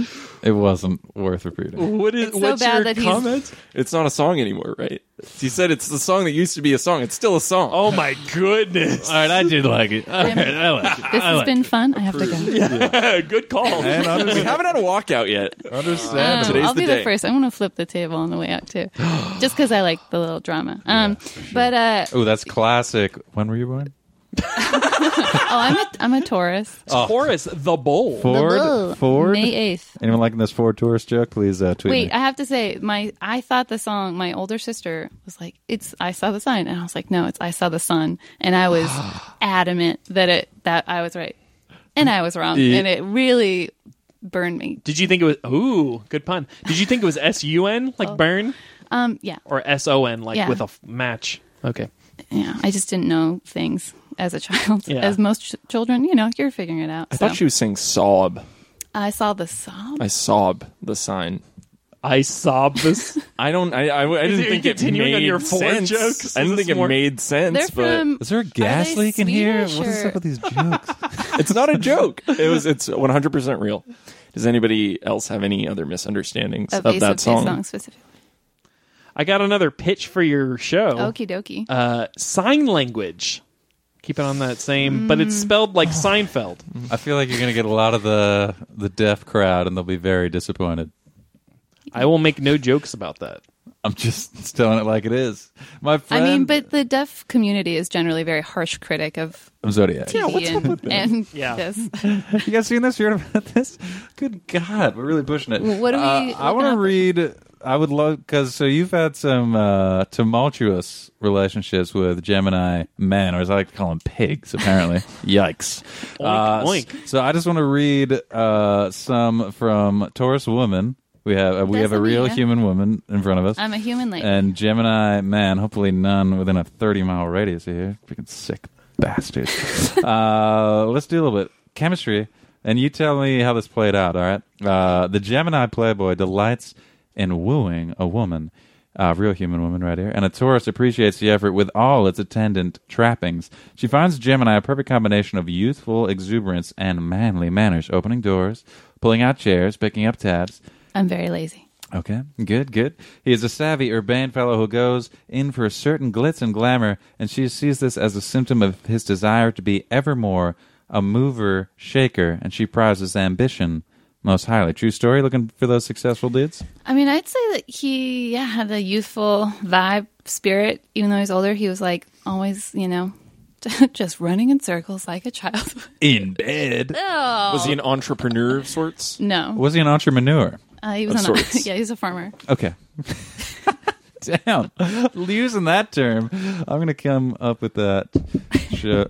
It wasn't worth repeating. What is It's so what's bad your that he's- comment? It's not a song anymore, right? You said it's the song that used to be a song. It's still a song. Oh my goodness! All right, I did like it. All right, I like it. This has been fun. I have to go. Good call. And we under- haven't had a walkout yet. Um, understand. Today's I'll the be day. the first. I'm gonna flip the table on the way out too, just because I like the little drama. Um, but uh, oh, Oh, that's classic. When were you born? I'm a I'm a Taurus. Taurus, the bull. Ugh. Ford. Ford. May eighth. Anyone liking this Ford tourist joke? Please uh, tweet Wait, me. I have to say, my I thought the song. My older sister was like, "It's I saw the sign," and I was like, "No, it's I saw the sun," and I was adamant that it that I was right, and I was wrong, and it really burned me. Did you think it was? Ooh, good pun. Did you think it was S U N like burn Um, yeah, or S O N like Oh. Yeah. with a f- match? Okay. yeah, I just didn't know things as a child, Yeah. as most ch- children. You know, you're figuring it out. I thought she was saying sob. I saw the sob. I sob the sign. I sob this. I don't. I. I, I didn't it think it continuing made on your Ford sense. jokes? I Is didn't this think it more- made sense. They're but from. Is there a gas they leak in here? Swedish What is or- up with these jokes? it's not a joke. It was. It's 100 percent real. Does anybody else have any other misunderstandings of of, Ace of that Base song? song specifically. I got another pitch for your show. Okie dokie. Uh, sign language. Keep it on that same, but it's spelled like Seinfeld. I feel like you're going to get a lot of the the deaf crowd, and they'll be very disappointed. I will make no jokes about that. I'm just telling it like it is. My I friend. mean, but the deaf community is generally a very harsh critic of I'm Zodiac. TV what's up and, with that? and Yeah. this. you guys seen this? You heard about this? Good God, we're really pushing it. Well, what do we- Uh, I what want to happened? read. I would love because so you've had some uh, tumultuous relationships with Gemini men, or as I like to call them, pigs. Apparently, yikes. Oink, Uh, oink. So I just want to read uh, some from Taurus woman. We have uh, we That's have a real Amina. human woman in front of us. I'm a human lady. And Gemini man, hopefully none within a 30 mile radius of here. Freaking sick bastard. uh, let's do a little bit. Chemistry. And you tell me how this played out, all right? Uh, the Gemini playboy delights in wooing a woman, a real human woman right here, and a Taurus appreciates the effort with all its attendant trappings. She finds Gemini a perfect combination of youthful exuberance and manly manners, opening doors, pulling out chairs, picking up tabs, I'm very lazy. Okay, good, good. He is a savvy, urbane fellow who goes in for a certain glitz and glamour, and she sees this as a symptom of his desire to be evermore a mover, shaker, and she prizes ambition most highly. True story, looking for those successful dudes? I mean, I'd say that he yeah, had a youthful vibe, spirit. Even though he's older, he was like always, you know, just running in circles like a child. In bed. Was he an entrepreneur of sorts? no, Was he an entrepreneur? uh, he Of was on a, sorts. yeah, he's a farmer. Okay. Damn. Using that term, I'm going to come up with that. Sure.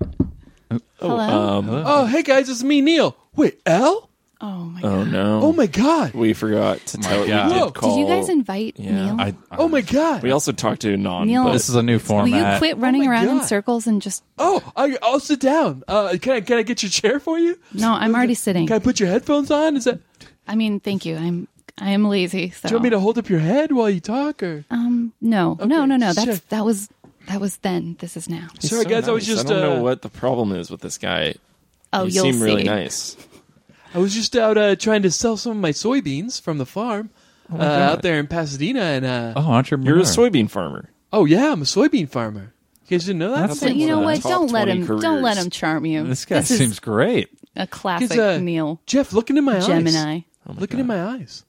Hello. um, Oh, Oh, hey guys, it's me, Neil. Wait, L? Oh my Oh god! no! Oh my god! We forgot to tell. We God. Whoa. did Did call. you guys invite oh, Yeah. Neil? I, I, Oh my god! We also talked to non. Neil- but- this is a new Oh. Will format. you quit running Oh, my around in God. circles and just? Oh, I, I'll sit down. Uh, can I can I get your chair for you? No, I'm already sitting. Can I put your headphones on? Is that? I mean, thank you. I'm I am lazy. So Do you want me to hold up your head while you talk? Or Um, no, no, no, no. That's sure. that was that was then. This is now. sorry, so guys, I was nice. just I don't uh, know what the problem is with this guy. Oh, you will seem see. really nice. I was just out uh, trying to sell some of my soybeans from the farm Oh, uh, out there in Pasadena, and uh, Oh, entrepreneur. You're a soybean farmer. oh yeah, I'm a soybean farmer. You guys didn't know that? That's But you know Top what? Don't let 20 him. Don't let careers. him charm you. This guy is seems great. a He's, classic uh, Neil Jeff, looking in my eyes. Gemini. Oh, looking in my eyes.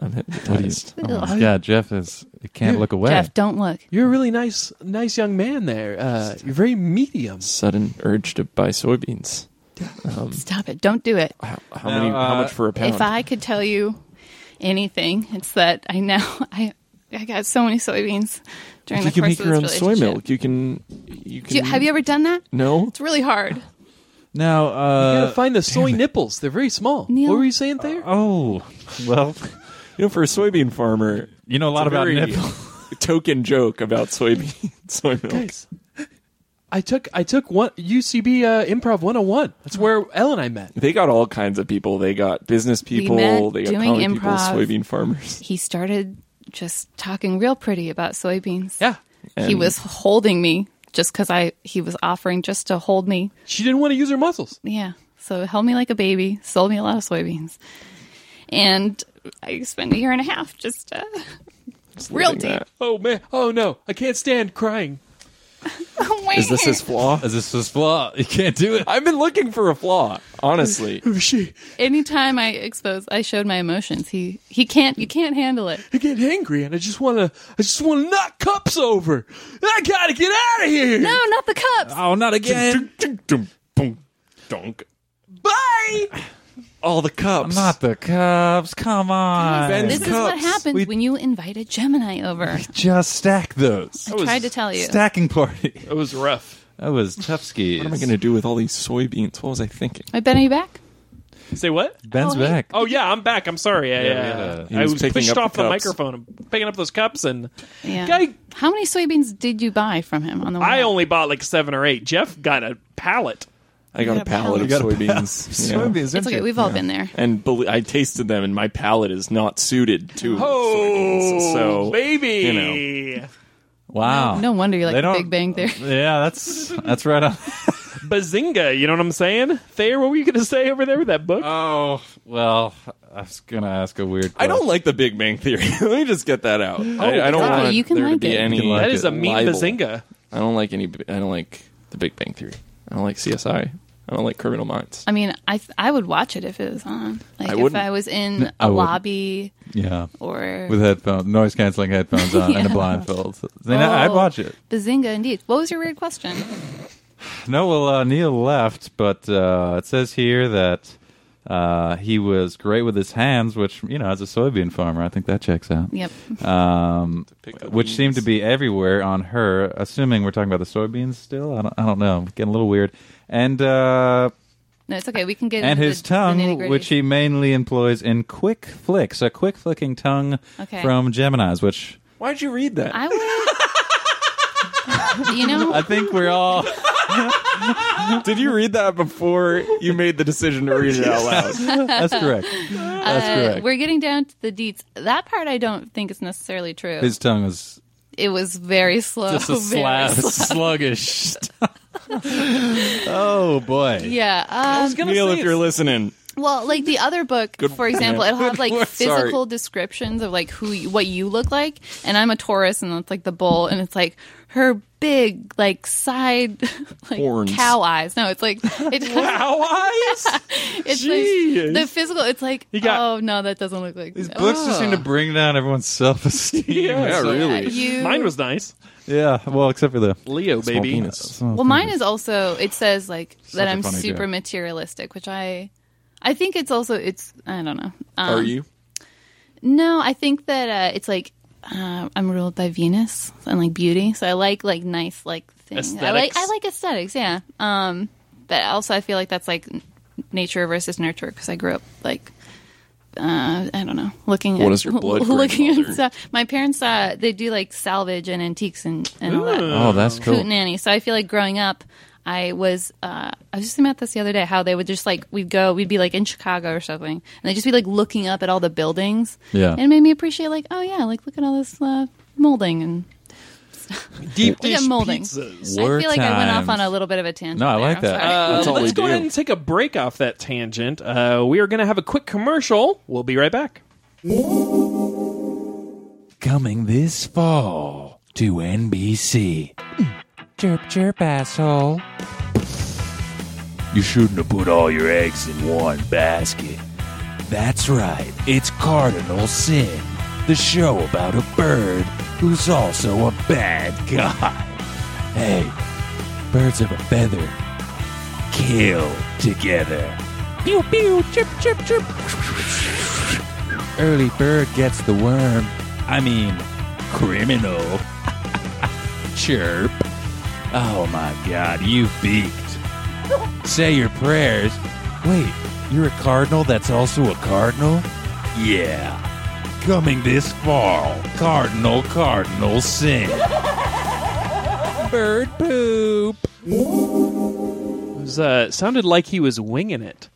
I'm hypnotized. Oh my Ugh. God, Jeff is he can't look away. Jeff, don't look. You're a really nice, nice young man there. Uh, you're very medium. Sudden urge to buy soybeans. Stop it. Don't do it. How, how Now, many? how uh, much for a pound? If I could tell you anything, it's that I now I I got so many soybeans during you the can course make of your own this soy relationship. milk. You can. You Do can. you, have you ever done that? No. It's really hard. now, You uh, gotta find the soy nipples. They're very small. Neil- What were you saying there? oh, well, You know, for a soybean farmer, you know a lot it's a about very nipples. token joke about soybean soy milk. Guys, I took I took one UCB uh, Improv 101. That's where Elle and I met. They got all kinds of people. They got business people. met They got doing comedy people. improv. Soybean farmers. He started just talking real pretty about soybeans. Yeah, he And- was holding me just because I he was offering just to hold me. she didn't want to use her muscles. Yeah, so he held me like a baby, sold me a lot of soybeans, and I spent a year and a half just uh, real Look at deep. that. Oh man! Oh no! I can't stand crying. Is this his flaw? Is this his flaw? You can't do it. I've been looking for a flaw, honestly. Who's she? Anytime I exposed, I showed my emotions. He he can't you can't handle it. I get angry and I just want to. I just want to knock cups over. I gotta get out of here. No, not the Ah, cups. Oh, not again. Dunk. Bye. All the cups. Not the Cubs. Come on. Ben's This is what cups. happens We- when you invite a Gemini over. Just stack those. I tried to tell you. Stacking party. It was rough. That was tough skis. What am I going to do with all these soybeans? What was I thinking? I bet you back. Say what? Ben's Oh, hey. back. Oh yeah, I'm back. I'm sorry. I, Yeah, we uh, had a- He I was was picking pushed up the off the, cups. microphone. I'm picking up those cups and Yeah. Guy- How many soybeans did you buy from him on the way? I out? only bought like seven or eight. Jeff got a pallet. I got got a a pallet of pallet. soybeans. you know. It's okay. We've all been there. And belie- I tasted them, and my palate is not suited to soybeans. Oh, So baby. you Wow. No wonder you They like the don't- Big Bang Theory. Yeah, that's that's right on. Bazinga, you know what I'm saying? Thayer, what were you going to say over there with that book? Oh well, I was gonna ask a weird. I don't question. like the Big Bang Theory. Let me just get that out. I, I don't God. want Oh, You can there to like be it. any. You can like that is it. a mean libel. bazinga. I don't like any. I don't like the Big Bang Theory. I don't like CSI. I don't like Criminal Minds. I mean, I th- I would watch it if it was on. Like I if wouldn't. I was in I a wouldn't. lobby Yeah, or with headphones, noise canceling headphones on, and a Yeah. blindfold. Then I- I'd Oh, watch it. Bazinga, indeed. What was your weird question? No, well, uh, Neil left, but uh, it says here that uh, he was great with his hands, which you know, as a soybean farmer, I think that checks out. Yep. Um, pick the which beans. seemed to be everywhere on her. Assuming we're talking about the soybeans still, I don't, I don't know. Getting a little weird. And uh, No, it's okay. We can get and into his the, the tongue, nitty-gritties. which he mainly employs in quick flicks, a quick flicking tongue Okay. from Gemini's, which Why'd you read that? I would. you know, I think we're all. Did you read that before you made the decision to read it out loud? That's correct. That's uh, correct. we're getting down to the deets. That part I don't think is necessarily true. His tongue was it was very slow. very slow. sluggish. oh boy! Yeah. Um, Neil, if you're listening, Well, like the other book, for example, it'll have like We're sorry. physical descriptions of like who, you, what you look like, and I'm a Taurus, and it's like the bull, and it's like her big like side like Horns. cow eyes. No, it's like it, eyes? it's Jeez. like the physical. It's like got- oh no, that doesn't look like These books just seem to bring down everyone's self-esteem. yeah, really. you. Mine was nice. Yeah, well, except for the Leo, Small baby. penis. Well, mine is also. It says like that a I'm funny super joke. materialistic, which I, I think it's also it's I don't know. Um, Are you? No, I think that uh, it's like uh, I'm ruled by Venus and like beauty, so I like like nice like things. I like Aesthetics? I like aesthetics, yeah. Um, but also I feel like that's like nature versus nurture because I grew up like uh, I don't know looking What at is your blood looking at grandmother? stuff. My parents uh, they do like salvage and antiques and and all that Oh, that's cool. hootenanny. So I feel like growing up, I was uh, I was just thinking about this the other day how they would just like we'd go we'd be like in Chicago or something and they'd just be like looking up at all the buildings. Yeah. and it made me appreciate like oh yeah like look at all this uh, molding and Deep Look at dish molding. pizzas. I War feel like I went off times. on a little bit of a tangent. No, I there. like I'm that. sorry. Uh, That's all let's we go do. ahead and take a break off that tangent. Uh, we are going to have a quick commercial. We'll be right back. Coming this fall to NBC. Chirp, chirp, asshole. You shouldn't have put all your eggs in one basket. That's right, it's Cardinal Sin, the show about a bird who's also a bad guy. Hey, birds of a feather kill together. Pew pew, chip chip chip. Early bird gets the worm. I mean, criminal. Chirp. Oh my god, you beaked say your prayers. Wait, you're a cardinal that's also a cardinal? Yeah. Coming this fall, Cardinal Cardinal Sin. Bird poop. It was, uh, sounded like he was winging it.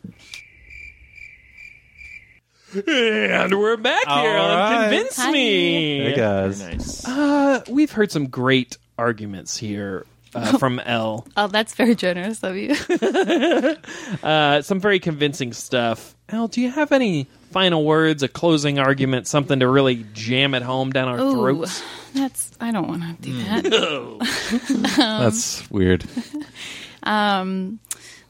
And we're back here All on right. Convince Hi. Me. Hey, guys. Nice. Uh, we've heard some great arguments here uh, from L. Oh, that's very generous of you. Uh, some very convincing stuff. Al, do you have any final words, a closing argument, something to really jam it home down our Ooh, throats? that's I don't want to do that. That's weird. Um,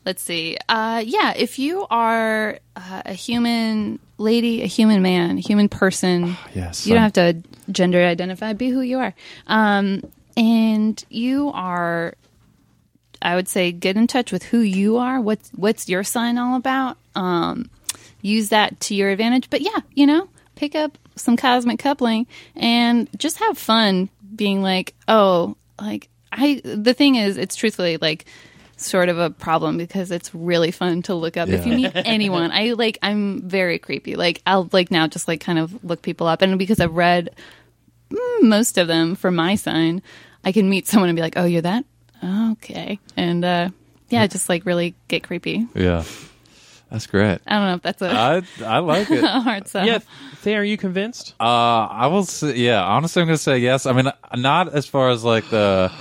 let's see. Uh, yeah, if you are uh, a human lady, a human man, a human person, Ah, yes, you don't I'm- have to gender identify. Be who you are. Um, and you are I would say get in touch with who you are. What's what's your sign all about? Um, use that to your advantage. But yeah, you know, pick up some cosmic coupling and just have fun being like, oh, like I. The thing is, it's truthfully like sort of a problem because it's really fun to look up if you Yeah. meet anyone i like i'm very creepy like i'll like now just like kind of look people up and because i've read mm, most of them for my sign, I can meet someone and be like, "Oh, you're that? Okay." And uh, yeah, just like really get creepy. Yeah. That's great. I don't know if that's a I I like it. Uh, hard sell. Yeah, Thay, are you convinced? I will say, yeah, honestly, I'm going to say yes. I mean, not as far as like the.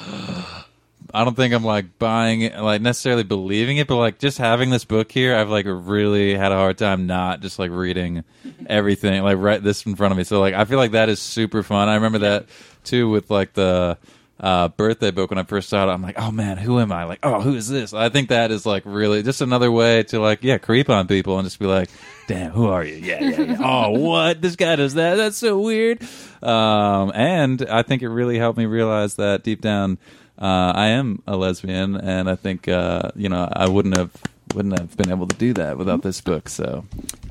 I don't think I'm like buying it, like necessarily believing it, but like just having this book here, I've like really had a hard time not just like reading everything, like right this in front of me. So like I feel like that is super fun. I remember that too with like the uh, birthday book when I first saw it. I'm like, oh man, who am I? Like, oh, who is this? I think that is like really just another way to like yeah creep on people and just be like, damn, who are you? Yeah, yeah, yeah. oh, what? This guy does that. That's so weird. Um, and I think it really helped me realize that deep down uh, I am a lesbian, and I think uh, you know I wouldn't have wouldn't have been able to do that without this book. So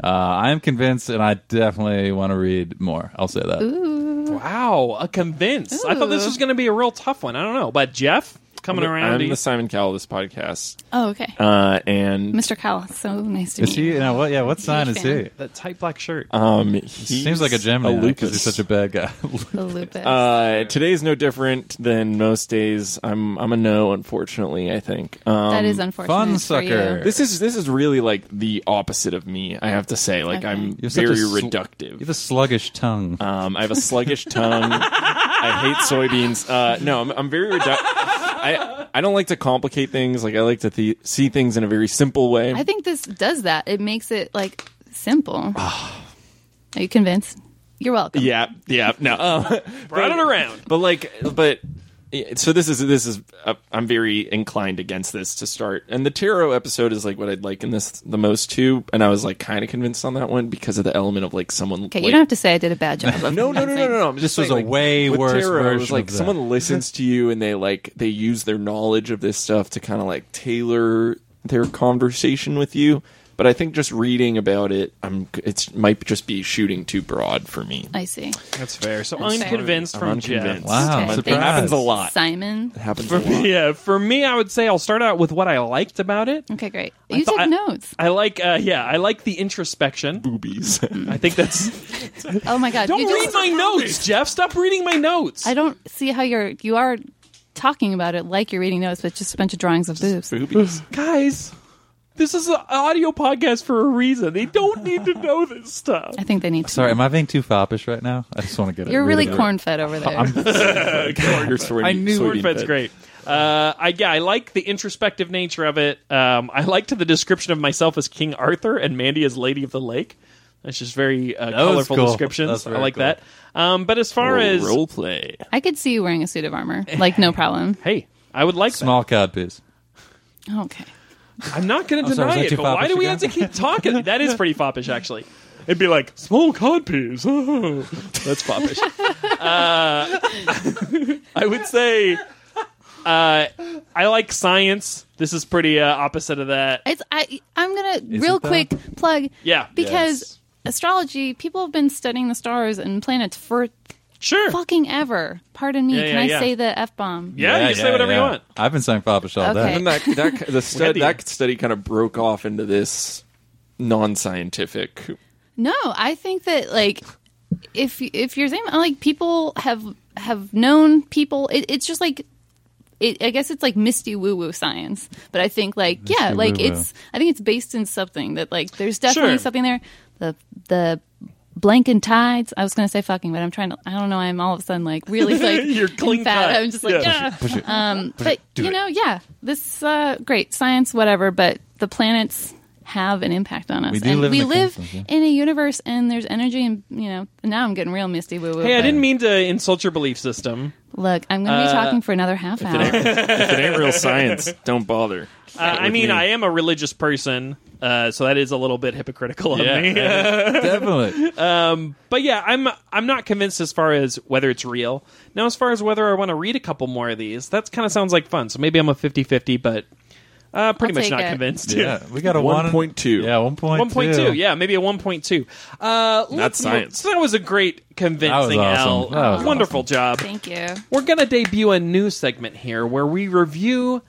uh, I am convinced, and I definitely want to read more. I'll say that. Wow, a convinced. I thought this was going to be a real tough one. I don't know, but Jeff coming around. to I'm you. the Simon Cowell of this podcast, Oh, okay. uh, and Mr. Cowell, so nice to Is meet he? You you. know what? Yeah, what sign is he? fan. that tight black shirt. um, He he Seems like a Gemini because Lucas. he's such a bad guy. The lupus. Uh, today's no different than most days. I'm I'm a no, unfortunately. I think um, that is unfortunate. fun for sucker. you. this is this is really like the opposite of me. I have to say, like Okay. I'm You're such a very sl- reductive. you have a sluggish tongue. Um, I have a sluggish tongue. I hate soybeans. Uh, no, I'm, I'm very reductive. I I don't like to complicate things. Like I like to th- see things in a very simple way. I think this does that. It makes it like simple. Are you convinced? You're welcome. yeah, yeah. No, um, Brought it around. but like, but yeah, so this is this is uh, I'm very inclined against this to start. And the tarot episode is like what I'd like in this the most too. And I was like kind of convinced on that one because of the element of like someone. Okay, like- you don't have to say I did a bad job. Of No, no, no, no, no, no. I'm just This was saying, a like, way with worse tarot, It was version like of that. someone listens to you and they like they use their knowledge of this stuff to kind of like tailor their conversation with you. But I think just reading about it, I'm it might just be shooting too broad for me. I see. That's fair. So That's fair. unconvinced I'm from unconvinced. Jeff. Wow, Okay. It happens surprise. a lot. Simon. It happens a For, lot. yeah, for me, I would say I'll start out with what I liked about it. Okay, great. You thought took I- notes. I like, uh, yeah, I like the introspection. Boobies. I think that's. Oh my god. Don't you read just- my notes, Jeff. Stop reading my notes. I don't see how you're you are talking about it like you're reading notes, but just a bunch of drawings of boobs. Boobies. Guys, this is an audio podcast for a reason. They don't need to know this stuff. I think they need to. Sorry, am I being too foppish right now? I just want to get it. You're really rid of it. corn fed over there. Your sweaty- I knew sweaty WordFed's bed. great. Uh, I yeah, I like the introspective nature of it. Um, I liked the description of myself as King Arthur and Mandy as Lady of the Lake. That's just very uh, That was colorful cool. descriptions. That's I very like cool. that. Um, but as far as role play. I could see you wearing a suit of armor, like no problem. hey, I would like Small cod piece. Okay. that. I'm not going to I'm deny sorry, was that it. too But why foppish do we have again? to keep talking? that is pretty foppish, actually. It'd be like small codpiece. Oh, that's foppish. uh, I would say uh, I like science. This is pretty uh, opposite of that. It's I I'm gonna real that- quick plug Yeah. because astrology people have been studying the stars and planets for Sure. fucking ever. Pardon me. Yeah, Can yeah, I yeah. say the f bomb? Yeah, you can say whatever yeah. you want. I've been saying foppish all Okay. day. And that that the Wendy. study that study kind of broke off into this non-scientific. No, I think that like if if you're saying like people have have known people, it, it's just like. It, I guess it's like misty woo woo science, but I think like yeah, like woo-woo. it's I think it's based in something that like there's definitely Sure. something there. The the blank and tides. I was gonna say fucking, but I'm trying to. I don't know. I'm all of a sudden like really like You're clean fat. cut. I'm just like Yeah. yeah. Um, but you know, yeah, this uh, great science, whatever. But the planets have an impact on us. We do and live in we a live cosmos, yeah. in a universe, and there's energy, and you know. Now I'm getting real misty. Woo woo. Hey, I didn't Uh, mean to insult your belief system. Look, I'm going to be talking for another half hour. If it ain't real science, don't bother. Uh, I with mean, me. I am a religious person, uh, so that is a little bit hypocritical of me. Definitely. but yeah, I'm I'm not convinced as far as whether it's real. Now, as far as whether I want to read a couple more of these, that kind of sounds like fun. So maybe I'm a 50-50, but uh, pretty I'll much take not it. convinced. Yeah, we got a one, 1.2. Yeah, one point One point two, yeah, maybe a one point two. Uh, let's move- science. That was a great convincing awesome. L. That was Wonderful job. Thank you. We're going to debut a new segment here where we review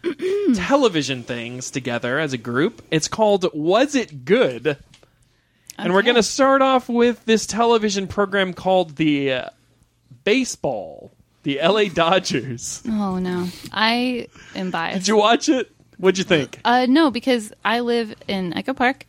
television things together as a group. It's called Was It Good? And we're Okay. going to start off with this television program called the uh, Baseball, the LA Dodgers. Oh no, I am biased. Did you watch it? What'd you think? Uh, no, because I live in Echo Park.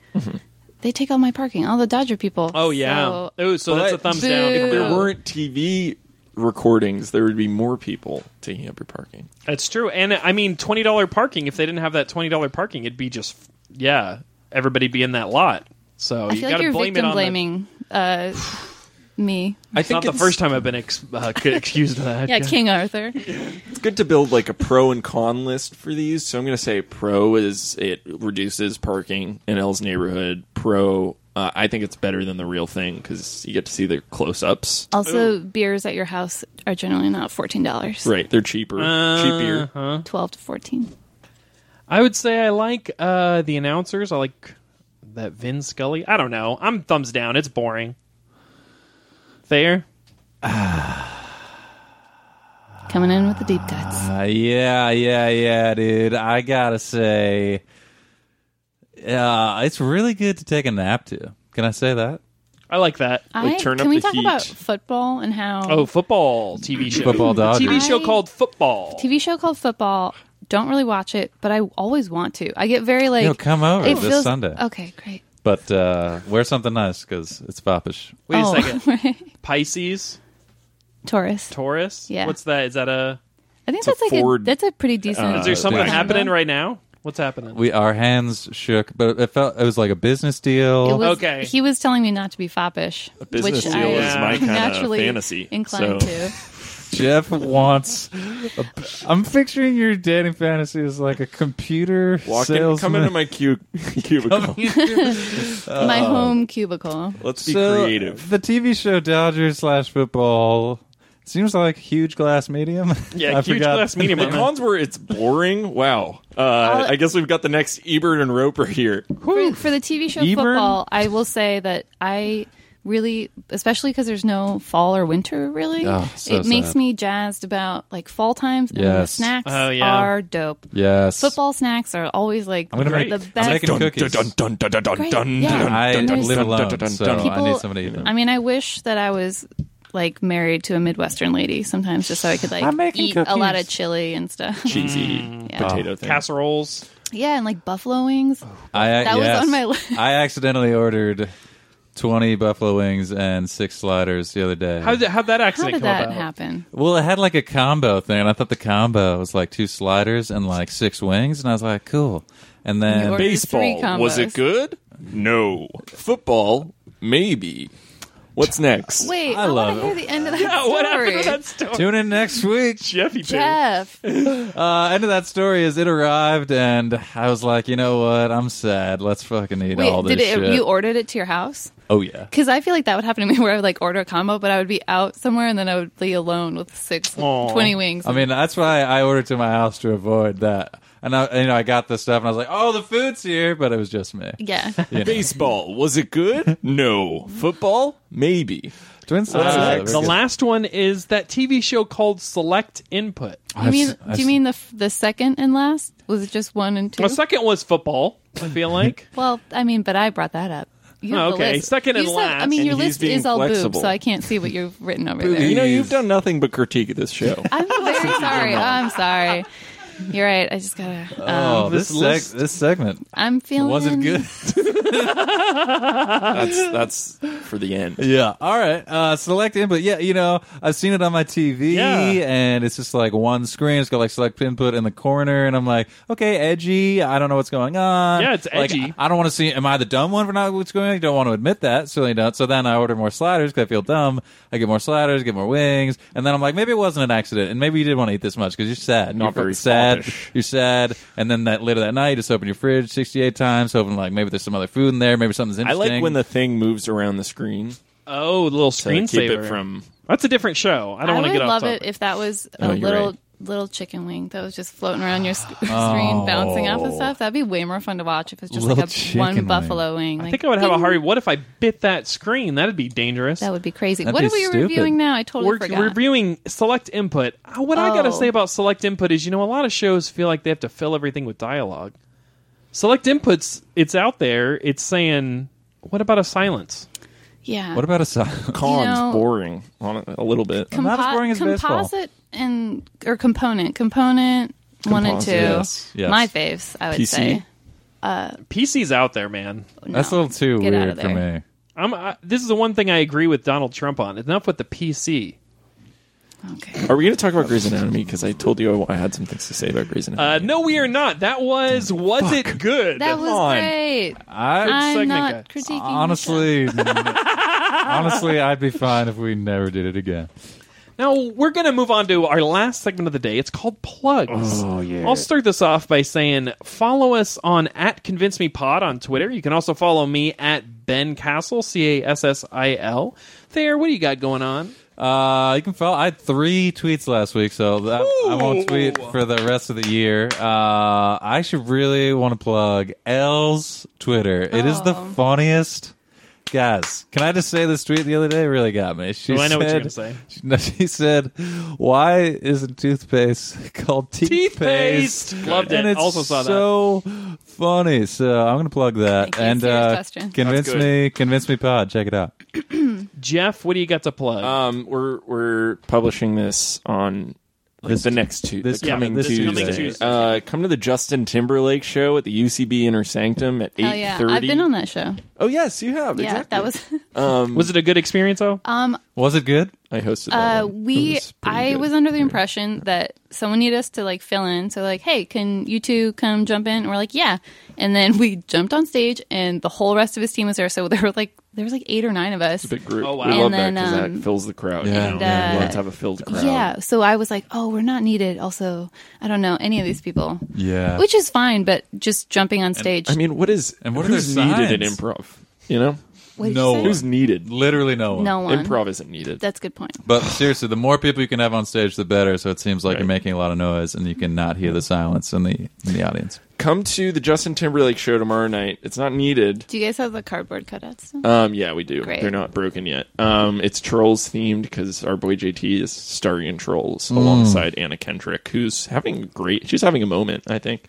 They take all my parking, all the Dodger people. Mm-hmm. Oh, yeah. So- oh, so that's a But- thumbs Boo. down. If If there Oh. weren't TV recordings, there would be more people taking up your parking. That's true. And I mean, $20 parking, if they didn't have that $20 parking, it'd be just, yeah, everybody be in that lot. So I you feel got like to you're blame it victim on the- blaming uh, me. I It's not the first time I've been ex- uh, c- excused of that. Yeah, King Arthur. it's good to build like a pro and con list for these. So I'm going to say pro is it reduces parking in L's neighborhood. Pro, uh, I think it's better than the real thing because you get to see their close-ups. Uh-huh. Also, beers at your house are generally not fourteen dollars. Right, they're cheaper, cheaper. Uh-huh. Twelve to fourteen. I would say I like uh, the announcers. I like that Vin Scully. I don't know. I'm thumbs down. It's boring. Thayer? Coming in with the deep cuts. Uh, yeah, yeah, yeah, dude. I gotta say, uh, it's really good to take a nap to. Can I say that? I like that. I, turn can up we the talk heat. about football and how Oh, football TV show. Football The TV Dodgers. show I- called Football. TV show called Football? Don't really watch it, but I always want to. I get very like. Yo, come over it this feels- Sunday. Okay, great. But uh, wear something nice because it's foppish. Wait oh, a second. right. Pisces, Taurus. Taurus. Yeah. What's that? Is that a? I think a that's like forward- a that's a pretty decent. Is there something dude. happening right now? What's happening? We our hands shook, but it felt it was like a business deal. It was, Okay. He was telling me not to be foppish, business which deal I is my am kinda naturally fantasy, inclined so- to. Jeff wants. A, I'm picturing your dating fantasy as like a computer Walk in, salesman. come into my cu- cubicle. my home cubicle. Let's be So, creative. The TV show Dodgers slash football Seems like huge glass medium. Yeah, I huge forgot. glass medium. The cons were it's boring. Wow. Uh, I guess we've got the next Ebert and Roper here. For, for the TV show Ebern? football, I will say that I really, especially because there's no fall or winter, really, Oh, so it makes sad. me jazzed about like fall times. And the Yes. snacks Oh, yeah. are dope. Yes. Football snacks are always like I'm gonna the make. best. I'm making Dun, cookies. dun, dun, dun, dun, dun, Great, dun, yeah. dun, I dun, dun, live dun, alone, dun, dun, so dun. I need somebody to eat them. I mean, I wish that I was like married to a Midwestern lady sometimes, just so I could I'm like making eat a lot of cookies. chili and stuff. cheesy Mm, potato thing. casseroles. yeah, and like buffalo wings. I, That was yes. on my list. I accidentally ordered twenty buffalo wings and six sliders the other day. How did how'd that How accident did come that about? happen? Well, it had like a combo thing, and I thought the combo was like two sliders and like six wings, and I was like, cool. And You then ordered- Three Baseball combos. was it good? No. Football maybe. What's next? Wait, I I, want love to it. hear the end of that Yeah, story. what happened to that story? tune in next week. Jeffy too. Jeff, Uh, end of that story is it arrived, and I was like, you know what? I'm sad. Let's fucking eat all wait, this did it, shit. you ordered it to your house? oh yeah. Because I feel like that would happen to me where I would like order a combo, but I would be out somewhere and then I would be alone with six, Aw. 20 wings. I mean, that's why I ordered to my house to avoid that. And I, you know, I got the stuff, and I was like, oh, the food's here, but it was just me. yeah. You know. Baseball was it good? No. Football maybe. Twin sliders. Uh, yeah, they're the good. last one is that TV show called Select Input. You I've mean, s- I've do you s- mean the f- the second and last? Was it just one and two? The second was football. I feel like Well, I mean, but I brought that up. You have Oh, the okay. list. Second You and said- I last. mean, And your he's list being is all flexible. boobs, so I can't see what you've written over You there. know you've done nothing but critique this show. I'm very sorry. I'm sorry. You're right. I just gotta. Um, Oh, this this list- seg- this segment I'm feeling. was it good? That's that's for the end. Yeah. All right. Uh, select input. Yeah. You know, I've seen it on my TV, Yeah. and it's just like one screen. It's got like select input in the corner, and I'm like, okay, edgy. I don't know what's going on. Yeah, it's Like, edgy. I don't want to see. Am I the dumb one for not what's going on? You don't want to admit that, so you don't. So then I order more sliders because I feel dumb. I get more sliders, get more wings, and then I'm like, maybe it wasn't an accident, and maybe you did want to eat this much because you're sad. Not you're very sad. Scottish. You're sad, and then that later that night, you just open your fridge 68 times, hoping like maybe there's some other food in there, maybe something's I interesting. like when the thing moves around the screen oh, the little to keep screensaver it from. That's a different show. I don't want to would get off love topic. it if that was a No, you're little right. little chicken wing that was just floating around your sc- screen, bouncing off and stuff. That'd be way more fun to watch if it's just Little like a chicken one wing. buffalo wing. I like, think I would have a ding. hard. What if I bit that screen? That'd be dangerous. That would be crazy. That'd what be are we stupid. reviewing now? I totally We're forgot. reviewing select input. Uh, What I got to Oh. say about select input is, you know, a lot of shows feel like they have to fill everything with dialogue. Select inputs, it's out there. It's saying, what about a silence? yeah. what about a song? Cons know- boring on it a little bit. Compo- Not as boring as baseball. composite and or component component one and two? Composite, yes, yes. My faves, I would PC? say. PC's out there, man. That's a little too Get out weird of for there. me. I'm, I, this is the one thing I agree with Donald Trump on. Enough with the PC. Okay. Are we going to talk about Grey's Anatomy? Because I told you I I had some things to say about Grey's Uh, Anatomy. no, we are not. That was was it good? That was on. great. I I'm segment, not guys. critiquing. honestly, honestly, I'd be fine if we never did it again. Now we're going to move on to our last segment of the day. It's called plugs. Oh yeah. I'll start this off by saying follow us on at Convince Me Pod on Twitter. You can also follow me at Ben Castle C A S S I L. Thayer, what do you got going on? Uh, you can follow. I had three tweets last week, so that, I won't tweet for the rest of the year. Uh, I should really want to plug L's Twitter. It is the Oh. funniest. Guys, can I just say this tweet the other day really got me? She Oh, I know what you're said- gonna say. She, no, she said, "Why isn't toothpaste called Toothpaste. Loved And it. it's Also saw that. so funny. So I'm gonna plug that Thank you. and Serious uh, question. convince That's good. me, convince me, pod. Check it out. Jeff, what do you got to plug? Um, we're we're publishing this on like, the next two, this- the yeah, coming this Tuesday. coming Tuesday. Uh, come to the Justin Timberlake show at the UCB Inner Sanctum at Hell eight yeah! thirty. I've been on that show. Oh yes, you have. Yeah, exactly. Um, that was. was it a good experience though? um, Was it good? I hosted. That Uh, one. we. It was pretty I good. was under the impression that someone needed us to like fill in. So like, hey, can you two come jump in? And we're like, yeah. And then we jumped on stage, and the whole rest of his team was there. So there were like there was like eight or nine of us. big group. Oh, wow. We And love then, that because um, that fills the crowd. Yeah. you know? And, we uh, love to have a filled crowd. Yeah. So I was like, oh, we're not needed. Also, I don't know any of these people. Yeah. Which is fine, but just jumping on stage. I mean, what is And what are who's their needed in signs? improv? You know, What did No you say? one. Who's needed? Literally no one. No one. Improv isn't needed. That's a good point. But seriously, the more people you can have on stage, the better. So it seems like you're Right. making a lot of noise, and you cannot hear the silence in the in the audience. Come to the Justin Timberlake show tomorrow night. It's not needed. Do you guys have the cardboard cutouts? still? Um, yeah, we do. Great. They're not broken yet. Um, it's Trolls themed because our boy JT is starring in Trolls alongside Anna Kendrick, who's having a great. She's having a moment, I think.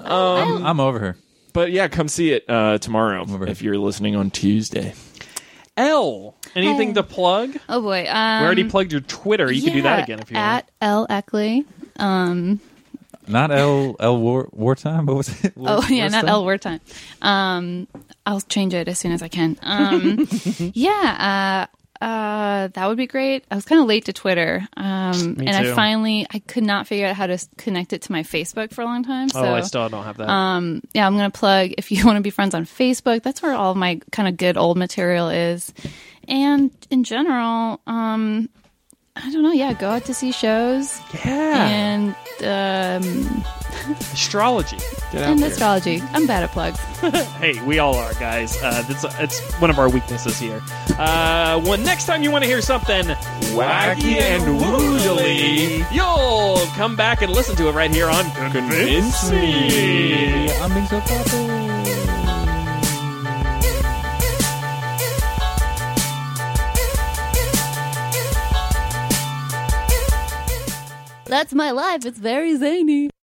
I'm over her. But yeah, come see it uh, tomorrow Over. if you're listening on Tuesday. L. Anything to plug? We oh boy. Um, already plugged your Twitter. You can do that yeah, again if you want. at L Eckley. Um, Not L L war wartime. What was it? oh yeah, not Wartime? L word time. Um, I'll change it as soon as I can. Um, yeah, uh, uh, that would be great. I was kind of late to Twitter, um, Me and too. I finally I could not figure out how to s- connect it to my Facebook for a long time. So oh, I still don't have that. um, yeah, I'm going to plug if you want to be friends on Facebook, that's where all of my kind of good old material is. And in general, um, I don't know. Yeah, go out to see shows yeah. and um, Astrology. Get out and there. astrology. I'm bad at plugs. Hey, we all are, guys. Uh, that's, it's one of our weaknesses here. Uh, when next time you want to hear something wacky and woozly, you'll come back and listen to it right here on Convince Me. I'm being so thoughtful. That's my life. It's very zany.